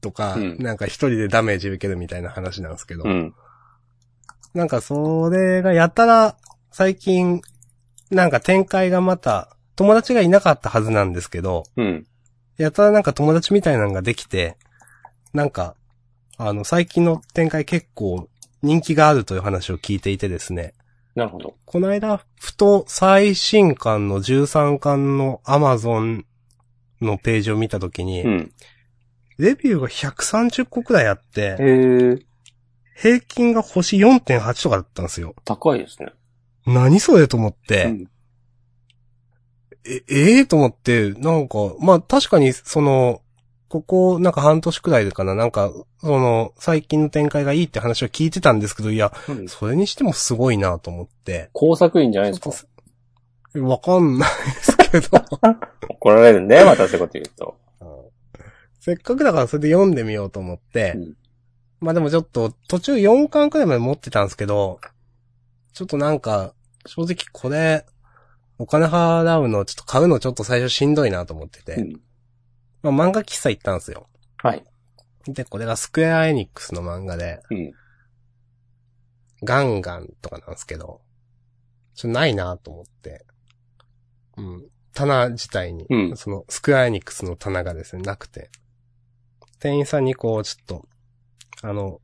とか、
うん
なんか一人でダメージ受けるみたいな話なんですけど、
うん。
なんかそれがやたら最近、なんか展開がまた、友達がいなかったはずなんですけど、
うん。
やたらなんか友達みたいなのができて、なんか、あの、最近の展開結構人気があるという話を聞いていてですね、
なるほど。
この間、ふと最新巻の13巻の Amazon のページを見たときに、
うん。
レビューが130個くらいあって
へ、えー、
平均が星4.8とかだったんですよ。
高いですね。
何それと思って、
うん。
え、ええと思って、なんか、まあ確かに、その、ここ、なんか半年くらいかな、なんか、その、最近の展開がいいって話を聞いてたんですけど、いや、
うん
それにしてもすごいなと思って。
工作員じゃないですか
わかんないですけど。
怒られるんで、またそういうこと言うと。
せっかくだからそれで読んでみようと思って、
うん
まあでもちょっと途中4巻くらいまで持ってたんですけど、ちょっとなんか、正直これ、お金払うの、ちょっと買うのちょっと最初しんどいなと思ってて、
うん。
まあ漫画喫茶行ったんですよ。
はい。
で、これがスクエアエニックスの漫画で、
うん。
ガンガンとかなんですけど、ちょっとないなと思って、うん、棚自体に、
うん
そのスクエアエニックスの棚がですね、なくて、店員さんにこう、ちょっと、あの、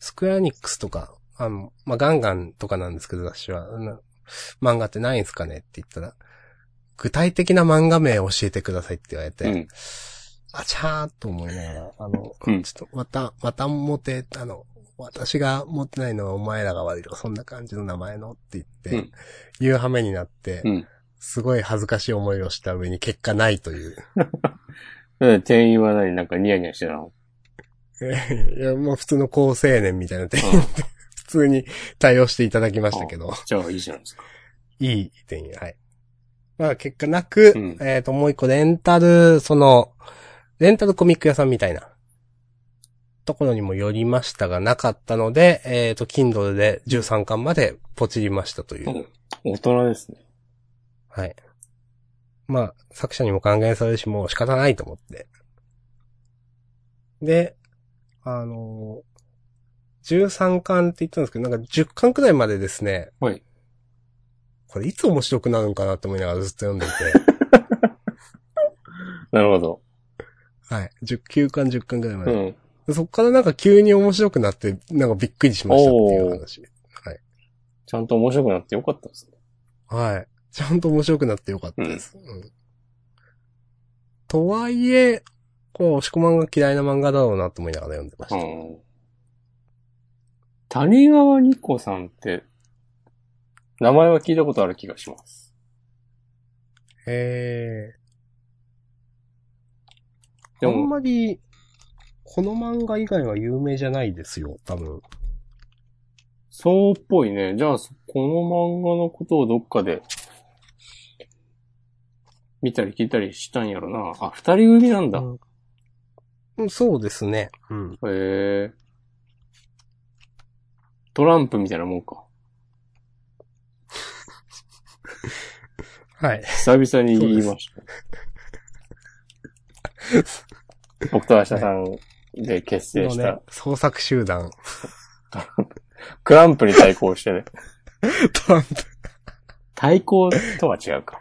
スクエアニックスとか、あの、まあ、ガンガンとかなんですけど、私は、な漫画ってないんですかねって言ったら、具体的な漫画名教えてくださいって言われて、
うん
あちゃーっと思いながら、あの、
うん
ちょっと、また、また持て、あの、私が持ってないのはお前らが悪いとか、そんな感じの名前のって言って、言う羽目になって、
うん
すごい恥ずかしい思いをした上に結果ないという。
うん。店員は何なんかニヤニヤしてたの
[laughs] いや、もう普通の高青年みたいな店員で、普通に対応していただきましたけど、
じゃあいいじゃないですか。
いい店員、はい。まあ結果なく、
うん
えっ、と、もう一個レンタル、その、レンタルコミック屋さんみたいな、ところにも寄りましたが、なかったので、えっ、と、Kindle で13巻までポチりましたという。
うん大人ですね。
はい。まあ、作者にも還元されるし、もう仕方ないと思って。で、あのー13巻って言ったんですけど、なんか10巻くらいまでですね。
はい。
これいつ面白くなるのかなって思いながらずっと読んでい
[laughs] なるほど。
て。はい。19巻、10巻くらいま
う
で。
ん。
でそっからなんか急に面白くなって、なんかびっくりしましたっていう話。
ちゃんと面白くなってよかったですね。
はい。ちゃんと面白くなってよかったです。うんとはいえ、こう、押し込まんが嫌いな漫画だろうなと思いながら読んでました。
うん。谷川ニコさんって、名前は聞いたことある気がします。
え
で
ー、あん
も、
まり、この漫画以外は有名じゃないですよ、多分。
そうっぽいね。じゃあ、そこの漫画のことをどっかで、見たり聞いたりしたんやろな。あ、二人組なんだ。
うんうん、そうですね。うん。
へえ。トランプみたいなもんか。
はい。
久々に言いました。僕と明日さんで結成
の
し
ね
た、
創作集団、 [laughs]
クランプに対抗してね。
トランプ、
対抗とは違う [laughs] か。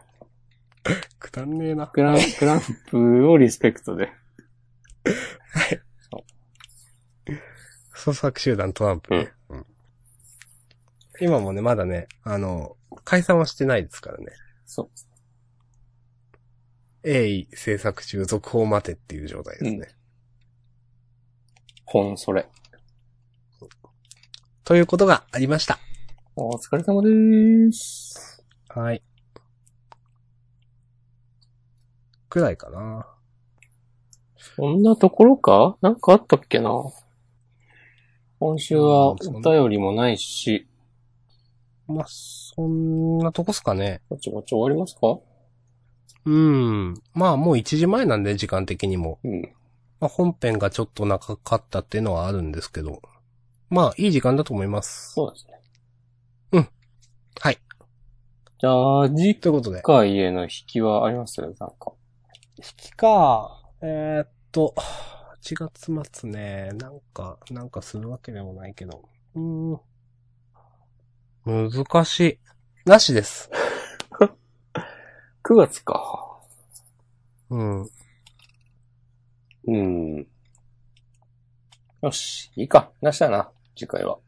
くだんねえな。
クランクランプをリスペクトで。
創作集団トランプね。うん今もね、まだね、あの、解散はしてないですからね。
そう。
鋭意制作中、続報待てっていう状態ですね。
うん本それ。
ということがありました。
お疲れ様でーす。
はい。くらいかな。
そんなところかなんかあったっけな今週はお便りもないし、
まあ、そんなとこっすかね。
ぼちぼち終わりますか
うん。まあ、もう1時前なんで、時間的にも。
うん。
まあ、本編がちょっと長かったっていうのはあるんですけど。まあ、いい時間だと思います。
そうですね。
はい。
じゃあ、次
ということで。
回への引きはありますなんか。
引きか。えーっと、8月末ね、なんか、なんかするわけでもないけど。うーん。難しい。なしです。
9月か。
うん。
うん。よし、いいか。なしだな。次回は。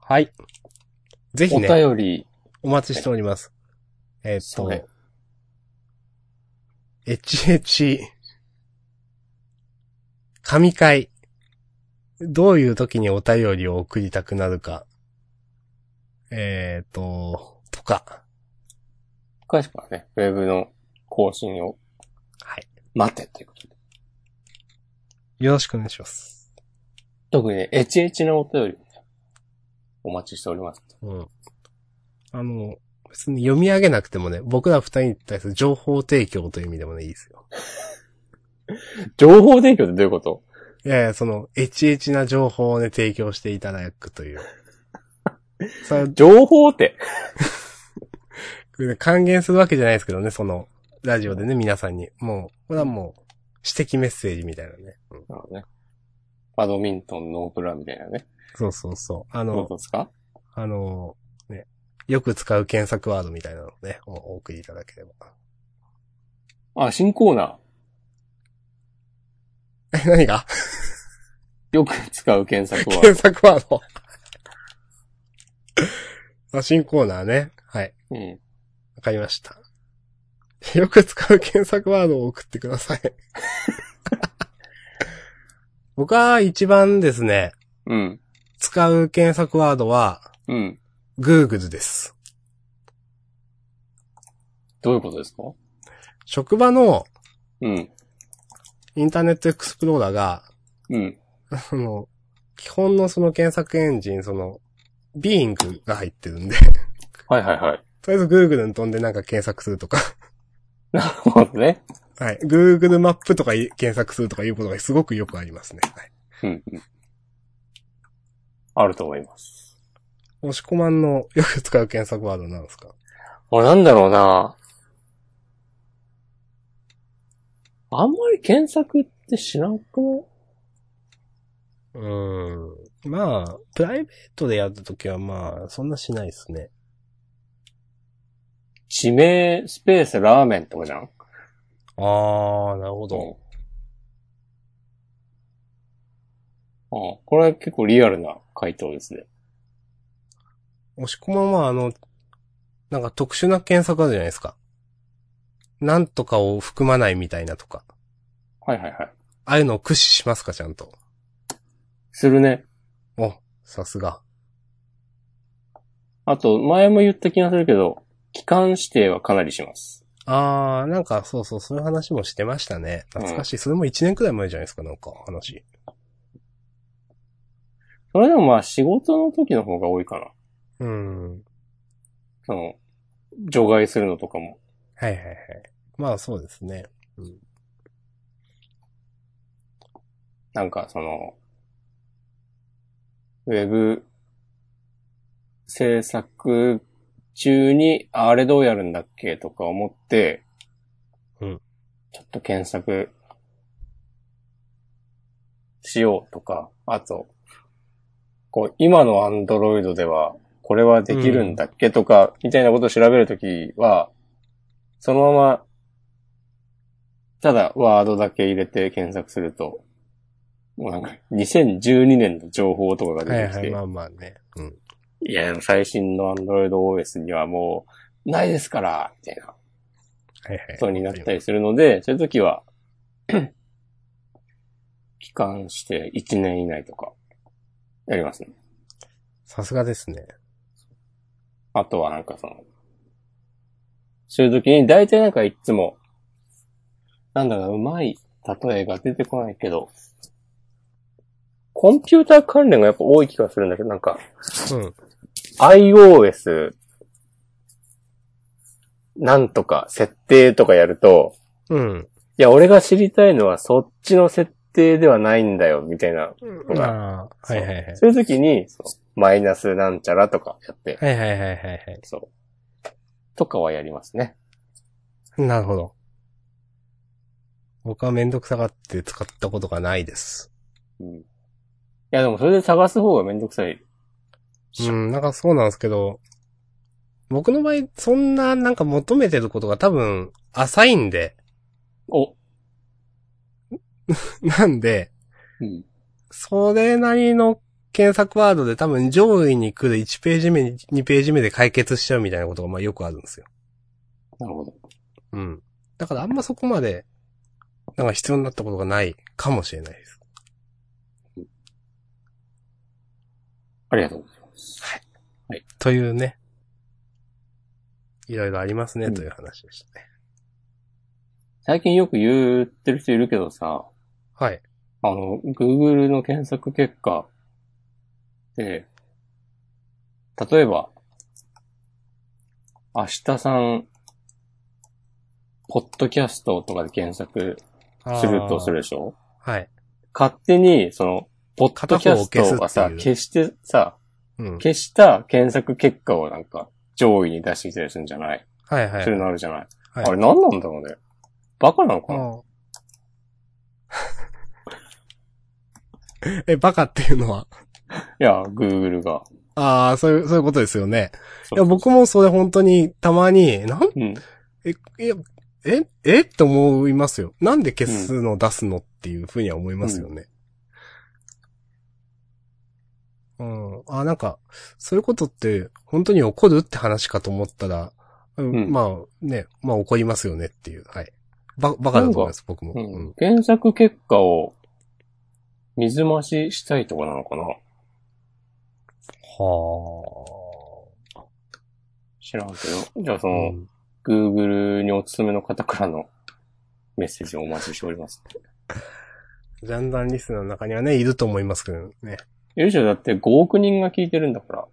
はい。ぜひ
お
ね、
便り、
お待ちしております。えーっ
そうね
と、HH、神会。どういう時にお便りを送りたくなるか。えーっと、とか。
詳しくはね、ウェブの更新を
はい。
待てということで。
よろしくお願いします。
特にね、HH のお便りをね、お待ちしております。
うん。あの、別に読み上げなくてもね、僕ら二人に対する情報提供という意味でもね、いいですよ。
情報提供ってどういうこと
いやいや、その、エチエチな情報をね、提供していただくという。それ
情報って。
は、還元するわけじゃないですけどね、その、ラジオでね、皆さんに。もう、これはもう、指摘メッセージみたいなね。うん、
なるほどね。バドミントンノープランみたいなね。
そうそうそう。あ
どう
の、
ですか
あの、ね、よく使う検索ワードみたいなのをね、おお送りいただければ。 [laughs]
あ、新コーナー。
え、何が
よく使う検索は、
検索ワー [laughs] ド。あ、新コーナーね。はい。
[laughs] うん。
わかりました。 [laughs] よく使う検索ワードを送ってください。 [laughs] 僕は一番ですね、
うん。
使う検索ワードは、
うん。
Google です。
どういうことですか
職場の
うん。
インターネットエクスプローラーが、
うん。
その、基本のその検索エンジン、その、Bing が入ってるんで、
はいはいはい。
とりあえず Google に飛んでなんか検索するとか、
なるほど [laughs] ね。
はい。Google マップとかい検索するとかいうことがすごくよくありますね。はい。
うん。うんあると思います。
押し込まんのよく使う検索ワードなんですか
俺なんだろうなあんまり検索ってしなくないう
ーん。まあ、プライベートでやったときはまあ、そんなしないですね。
地名、スペース、ラーメンとかじゃん
あー、なるほ
うん。あこれは結構リアルな回答ですね。
押し込まんはあの、なんか特殊な検索あるじゃないですか。なんとかを含まないみたいなとか。
はいはいはい。
ああいうのを駆使しますか、ちゃんと。
するね。
お、さすが。
あと、前も言った気がするけど、期間指定はかなりします。
あー、なんかそうそう、そういう話もしてましたね。懐かしい。それも1年くらい前じゃないですか、なんか話。
それでもまあ仕事の時の方が多いかな。
うん。
その、除外するのとかも。
はいはいはい。まあそうですね。
なんかその、ウェブ制作中に、ああれどうやるんだっけとか思って、
うん
ちょっと検索しようとか、あと、こう、今のアンドロイドでは、これはできるんだっけとか、みたいなことを調べるときは、そのまま、ただワードだけ入れて検索すると、もうなんか、2012年の情報とかが
は
出
い
てきて、
はい、まあまあね。うん。
いや、最新の AndroidOS にはもう、ないですから、みたいなこ
はいはい。
とになったりするので、そういう時は、 [clears throat] 期間して1年以内とか、やりますね。
さすがですね。
あとはなんかその、そういう時に、大体なんかいつも、なんだかうまい例えが出てこないけど、コンピューター関連がやっぱ多い気がするんだけど、なんか、
うん。
iOS、なんとか、設定とかやると、
うん。
いや、俺が知りたいのはそっちの設定ではないんだよ、みたいな。ほら
まあ、はいはいはい。
そういう時に、そうマイナスなんちゃらとかやって、
はいはいはいはいはい。
そう。とかはやりますね。
なるほど。僕はめんどくさがって使ったことがないです。
うん。いや、でもそれで探す方がめんどくさい。
うん、なんかそうなんですけど、僕の場合、そんななんか求めてることが多分浅いんで、
お、
なんで、
うん。
それなりの検索ワードで多分上位に来る1ページ目、2ページ目で解決しちゃうみたいなことがまあよくあるんですよ。
なるほど。
うん。だからあんまそこまで、なんか必要になったことがないかもしれないです。
ありがとうございます。
というね。いろいろありますね、
うん
という話でしたね。
最近よく言ってる人いるけどさ、
はい。
あの、Google の検索結果で、例えば、明日さん、ポッドキャストとかで検索するとするでしょ
あー。はい。
勝手に、その、ポッドキャストがさ、
片方を消
消してさ、
うん。はい
消した検索結果をなんか上位に出してきたりするんじゃない
はい。は
する
い
のあるじゃない、
はい
あれ何なんだろうね。バカなのかな
あー [laughs] え、バカっていうのはい
や、Google が。
ああ、そういう、そういうことですよね。
そ
いうや、僕もそれ本当に、たまに、なん
うん。
え、いや、え、えって思いますよ。なんで消すの、出すのっていうふうには思いますよね。うん。あ、なんか、そういうことって本当に起こるって話かと思ったら、うん
うん
まあね、まあ起こりますよねっていう。はい。ば、バカだと思います、僕も。
う
うん
ん、原作結果を水増ししたいとかなのかな
は
知らんけど。じゃあそ
あ。う
の、
ん
Google にお勤めの方からのメッセージをお待ちしております。
ジャンダンリスナーの中にはね、いると思いますけどね。
いるでしょだって5億人が聞いてるんだから。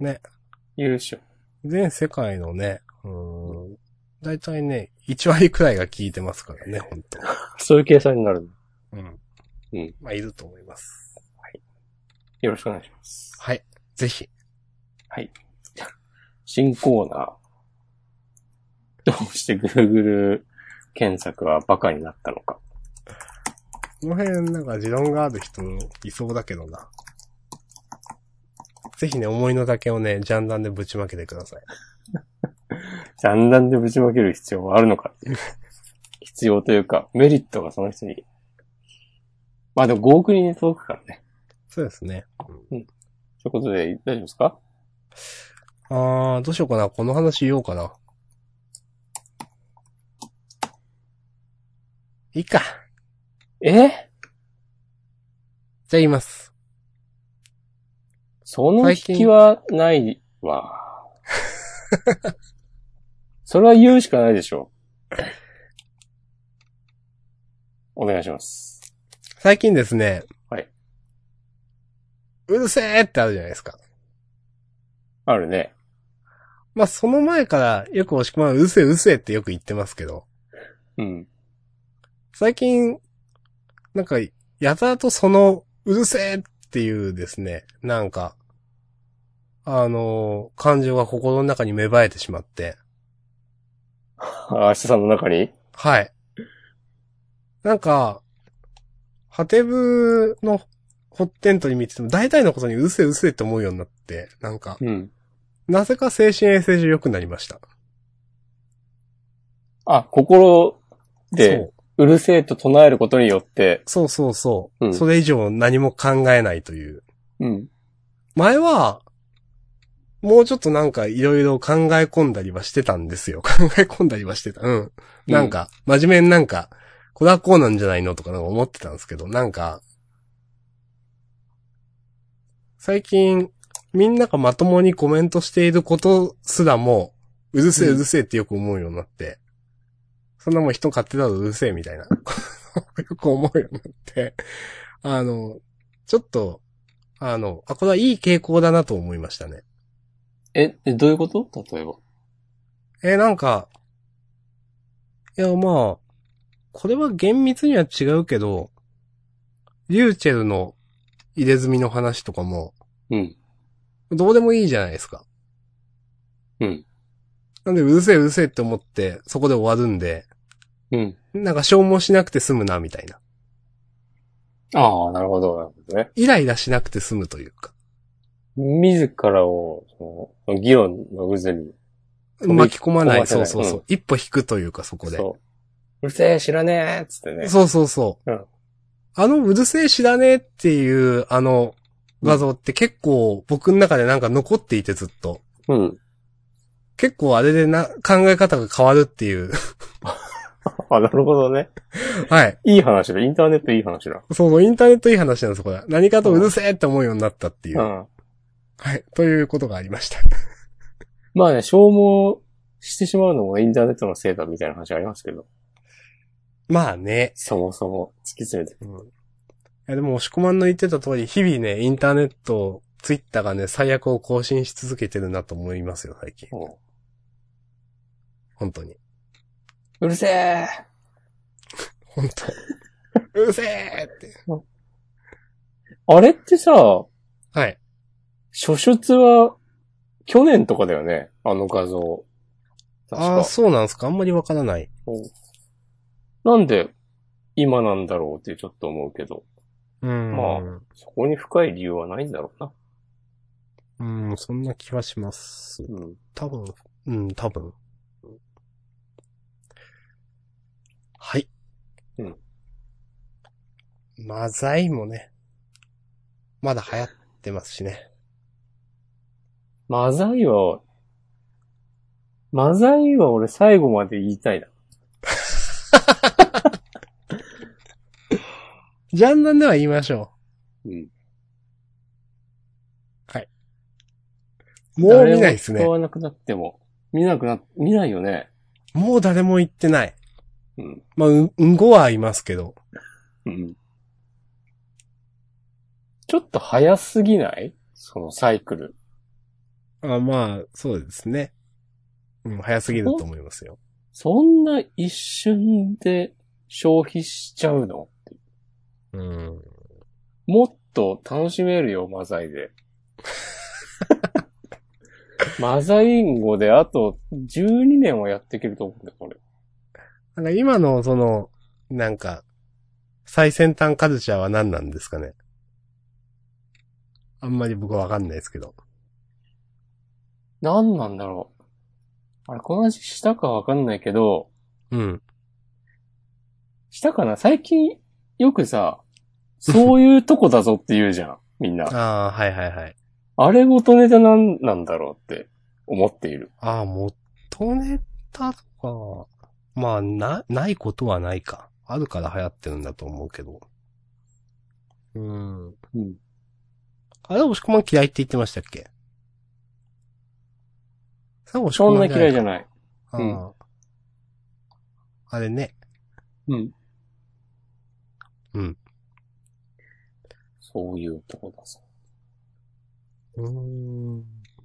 ね。
いるでしょ。
全世界のね、うん。だいたいね、1割くらいが聞いてますからね、本当
そういう計算になる。
うん。
うん。
まあ、いると思います。
よろしくお願いします。
はい。ぜひ。
はい。新コーナー。どうして Google 検索はバカになったのか。
この辺、なんか持論がある人いそうだけどな。ぜひね、思いの丈をね、ジャンダンでぶちまけてください。
だんだんでぶちまける必要はあるのかっていう。必要というか、メリットがその人に。まあでも5億人に届くからね。
そうですね。
ということで、大丈夫ですか
あー、どうしようかな。この話言おうかな。いいか。
え
じゃあ言います。
その引きはないわ。それは言うしかないでしょう。お願いします。
最近ですね。
はい。
うるせーってあるじゃないですか。
あるね。
まあ、その前からよく押し込まれるうるせえうるせえってよく言ってますけど、
うん。
最近、なんか、やたらとその、うるせえっていうですね、なんか、あのー感情が心の中に芽生えてしまって、
あ、明日さんの中に
はい。なんか、ハテブのホッテントに見てても、大体のことにうるせえうるせえって思うようになって、なんか、
うん。
なぜか精神衛生上良くなりました。
あ、心
そう
で、うるせえと唱えることによって、
そうそうそう。
うん
それ以上何も考えないという。
うん。
前は、もうちょっとなんかいろいろ考え込んだりはしてたんですよ。考 [laughs] え込んだりはしてた。うん。なんか、真面目になんか、これはこうなんじゃないのとかなんか思ってたんですけど、なんか、最近、みんながまともにコメントしていることすらも、うるせえ
う
うんるせえってよく思うようになって、そんなもん人勝手だとうるせえみたいな、 [laughs] よく思うようになって、あの、ちょっと、あの、あ、これはいい傾向だなと思いましたね。
え、えどういうこと例えば。
えーなんか、いや、まあ、これは厳密には違うけど、リューチェルの入れ墨の話とかも、
うん。
どうでもいいじゃないですか。
うん。
なんで、うるせえうるせえって思って、そこで終わるんで、
うん。
なんか消耗しなくて済むな、みたいな。
ああ、なるほど、なるほどね。
イライラしなくて済むというか。
自らを、その、議論の渦に、び
巻き込まない。
込
そ
ま
う
せ
そ
ないう
そう。
う
一歩引くというか、そこで。
そう。うるせえ、知らねえっつってね。
そうそうそう。
うん
あの、うるせえ知らねえっていう、あの、画像って結構僕の中でなんか残っていてずっと。
うん。
結構あれでな、考え方が変わるっていう。 [laughs]
あ、なるほどね。
はい。
いい話だ。インターネットいい話だ。
そのインターネットいい話なんです、これ。何かとうるせえって思うようになったっていう。
うん。
はい。ということがありました。
まあね、消耗してしまうのもインターネットのせいだみたいな話ありますけど。
まあね。
そもそも突き詰めて。
うん。いや、でも、押し込まんの言ってた通り、日々ね、インターネット、ツイッターがね、最悪を更新し続けてるなと思いますよ、最近。
うん
本当に。
うるせえ
本当。うるせえって。
あれってさ、
はい。
初出は、去年とかだよねあの画像。確
ああー、
か。
そうなんですかあんまりわからない。
うんなんで、今なんだろうってちょっと思うけど、
うん
まあそこに深い理由はないんだろうな。
うん、そんな気はします。
うん。
多分、うん、多分。はい。
うん。
マザイもね、まだ流行っってますしね。
マザイは、マザイは俺最後まで言いたいな。
ジャンダンでは言いましょ
うん。
う。もう見ないです
誰
ね
も使。わなくなっても。見なくな、見ないよね。
もう誰も言ってない。
うん。
まあ、うん、うんごはいますけど。
うん。ちょっと早すぎないそのサイクル。
あまあ、そうですね。うん、早すぎると思いますよ。
そんな一瞬で消費しちゃうの
うん。
もっと楽しめるよ、マザイで。 [laughs] マザインゴであと12年はやっていけると思うんだよ、これ。
なんか今の、その、なんか、最先端カルチャーは何なんですかね。あんまり僕はわかんないですけど。
何なんだろう。あれ、この話したかわかんないけど、
うん。
したかな最近よくさ、そういうとこだぞって言うじゃん、 [laughs] みんな。
ああ、はいはいはい。
あれ元ネタなんなんだろうって思っている。
ああ、元ネタとか、まあ、な、ないことはないか。あるから流行ってるんだと思うけど。うん。
うん。
あれ、押し込まん嫌いって言ってましたっけそれ押し
そ
込
ん
ま
なん嫌いじゃ
ない
ない。
か。
うん
あああれね。
うん。
うん。
そういうとこだぞ。
うん。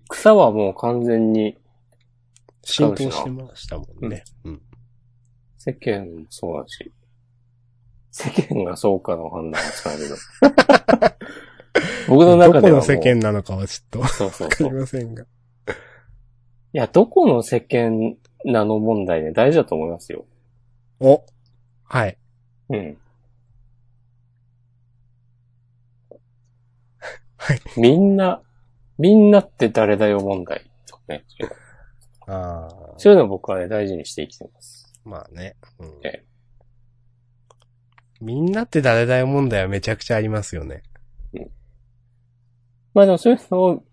草はもう完全に
浸透してましたもんね。うん。
世間もそうだし、世間がそうかの判断はつかないけ
[laughs]
ど。僕の
ど
中
こ
ではも
の
う。
世間なのかはちょっとわ
そうそう
か
そ
り
う。
ませんが。
いや、どこの世間なの問題ね、大事だと思いますよ。
おはい。
うん。
はい。
みんな、みんなって誰だよ問題とかね。
ああ。
そういうのを僕はね、大事にして生きてます。
まあね。うん
え
みんなって誰だよ問題はめちゃくちゃありますよね。
まあでもそういうのを、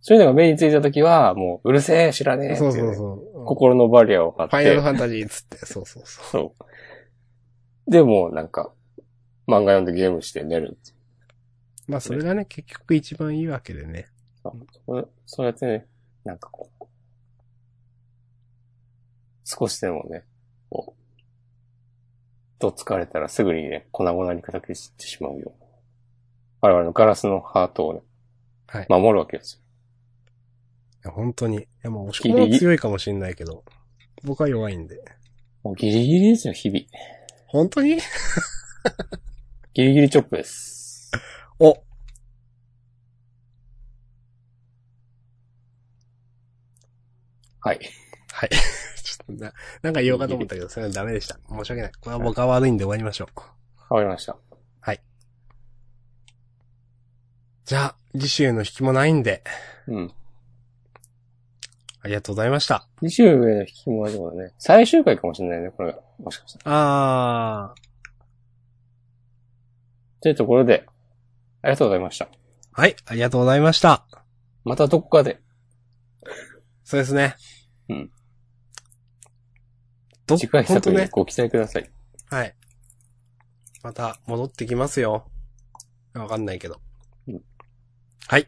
そういうのが目についたときは、もう、うるせえ、知らねえってい
そう
ね、
そうそう。
心のバリアを張っ
ファイナ
て
ルフ、ァンタジーっつ
[laughs]
って。そうそうそう。
そう。でも、なんか、漫画読んでゲームして寝るっていう
まあそれがね、結局一番いいわけでね。
そう。そうやってね、なんかこう、少しでもね、こう、どっつかれたらすぐにね、粉々に叩き散ってしまうような。我々のガラスのハートをね、
はい
守るわけですよ。
いや本当に。いやもう、押し
ギリ
込みは強いかもしれないけど、僕は弱いんで。
もうギリギリですよ、日々。
本当に
ギリギリチョップです。
お
はい。
はい。ちょっとな、なんか言おうかと思ったけど、それはダメでした。申し訳ない。これは僕が悪いんで終わりましょう。
わかりました。
じゃあ、次週への引きもないんで、
うん。
ありがとうございました。
次週への引きもあるからね。最終回かもしれないね、これが。もしかしたら。
あ
というところで、ありがとうございました。
ー。はい、ありがとうございました。
またどこかで。
そうですね。
うん。
ど、
次回
本
作
当
に
ね。
ご期待ください。
はい。また戻ってきますよ。わかんないけど
うん。
はい。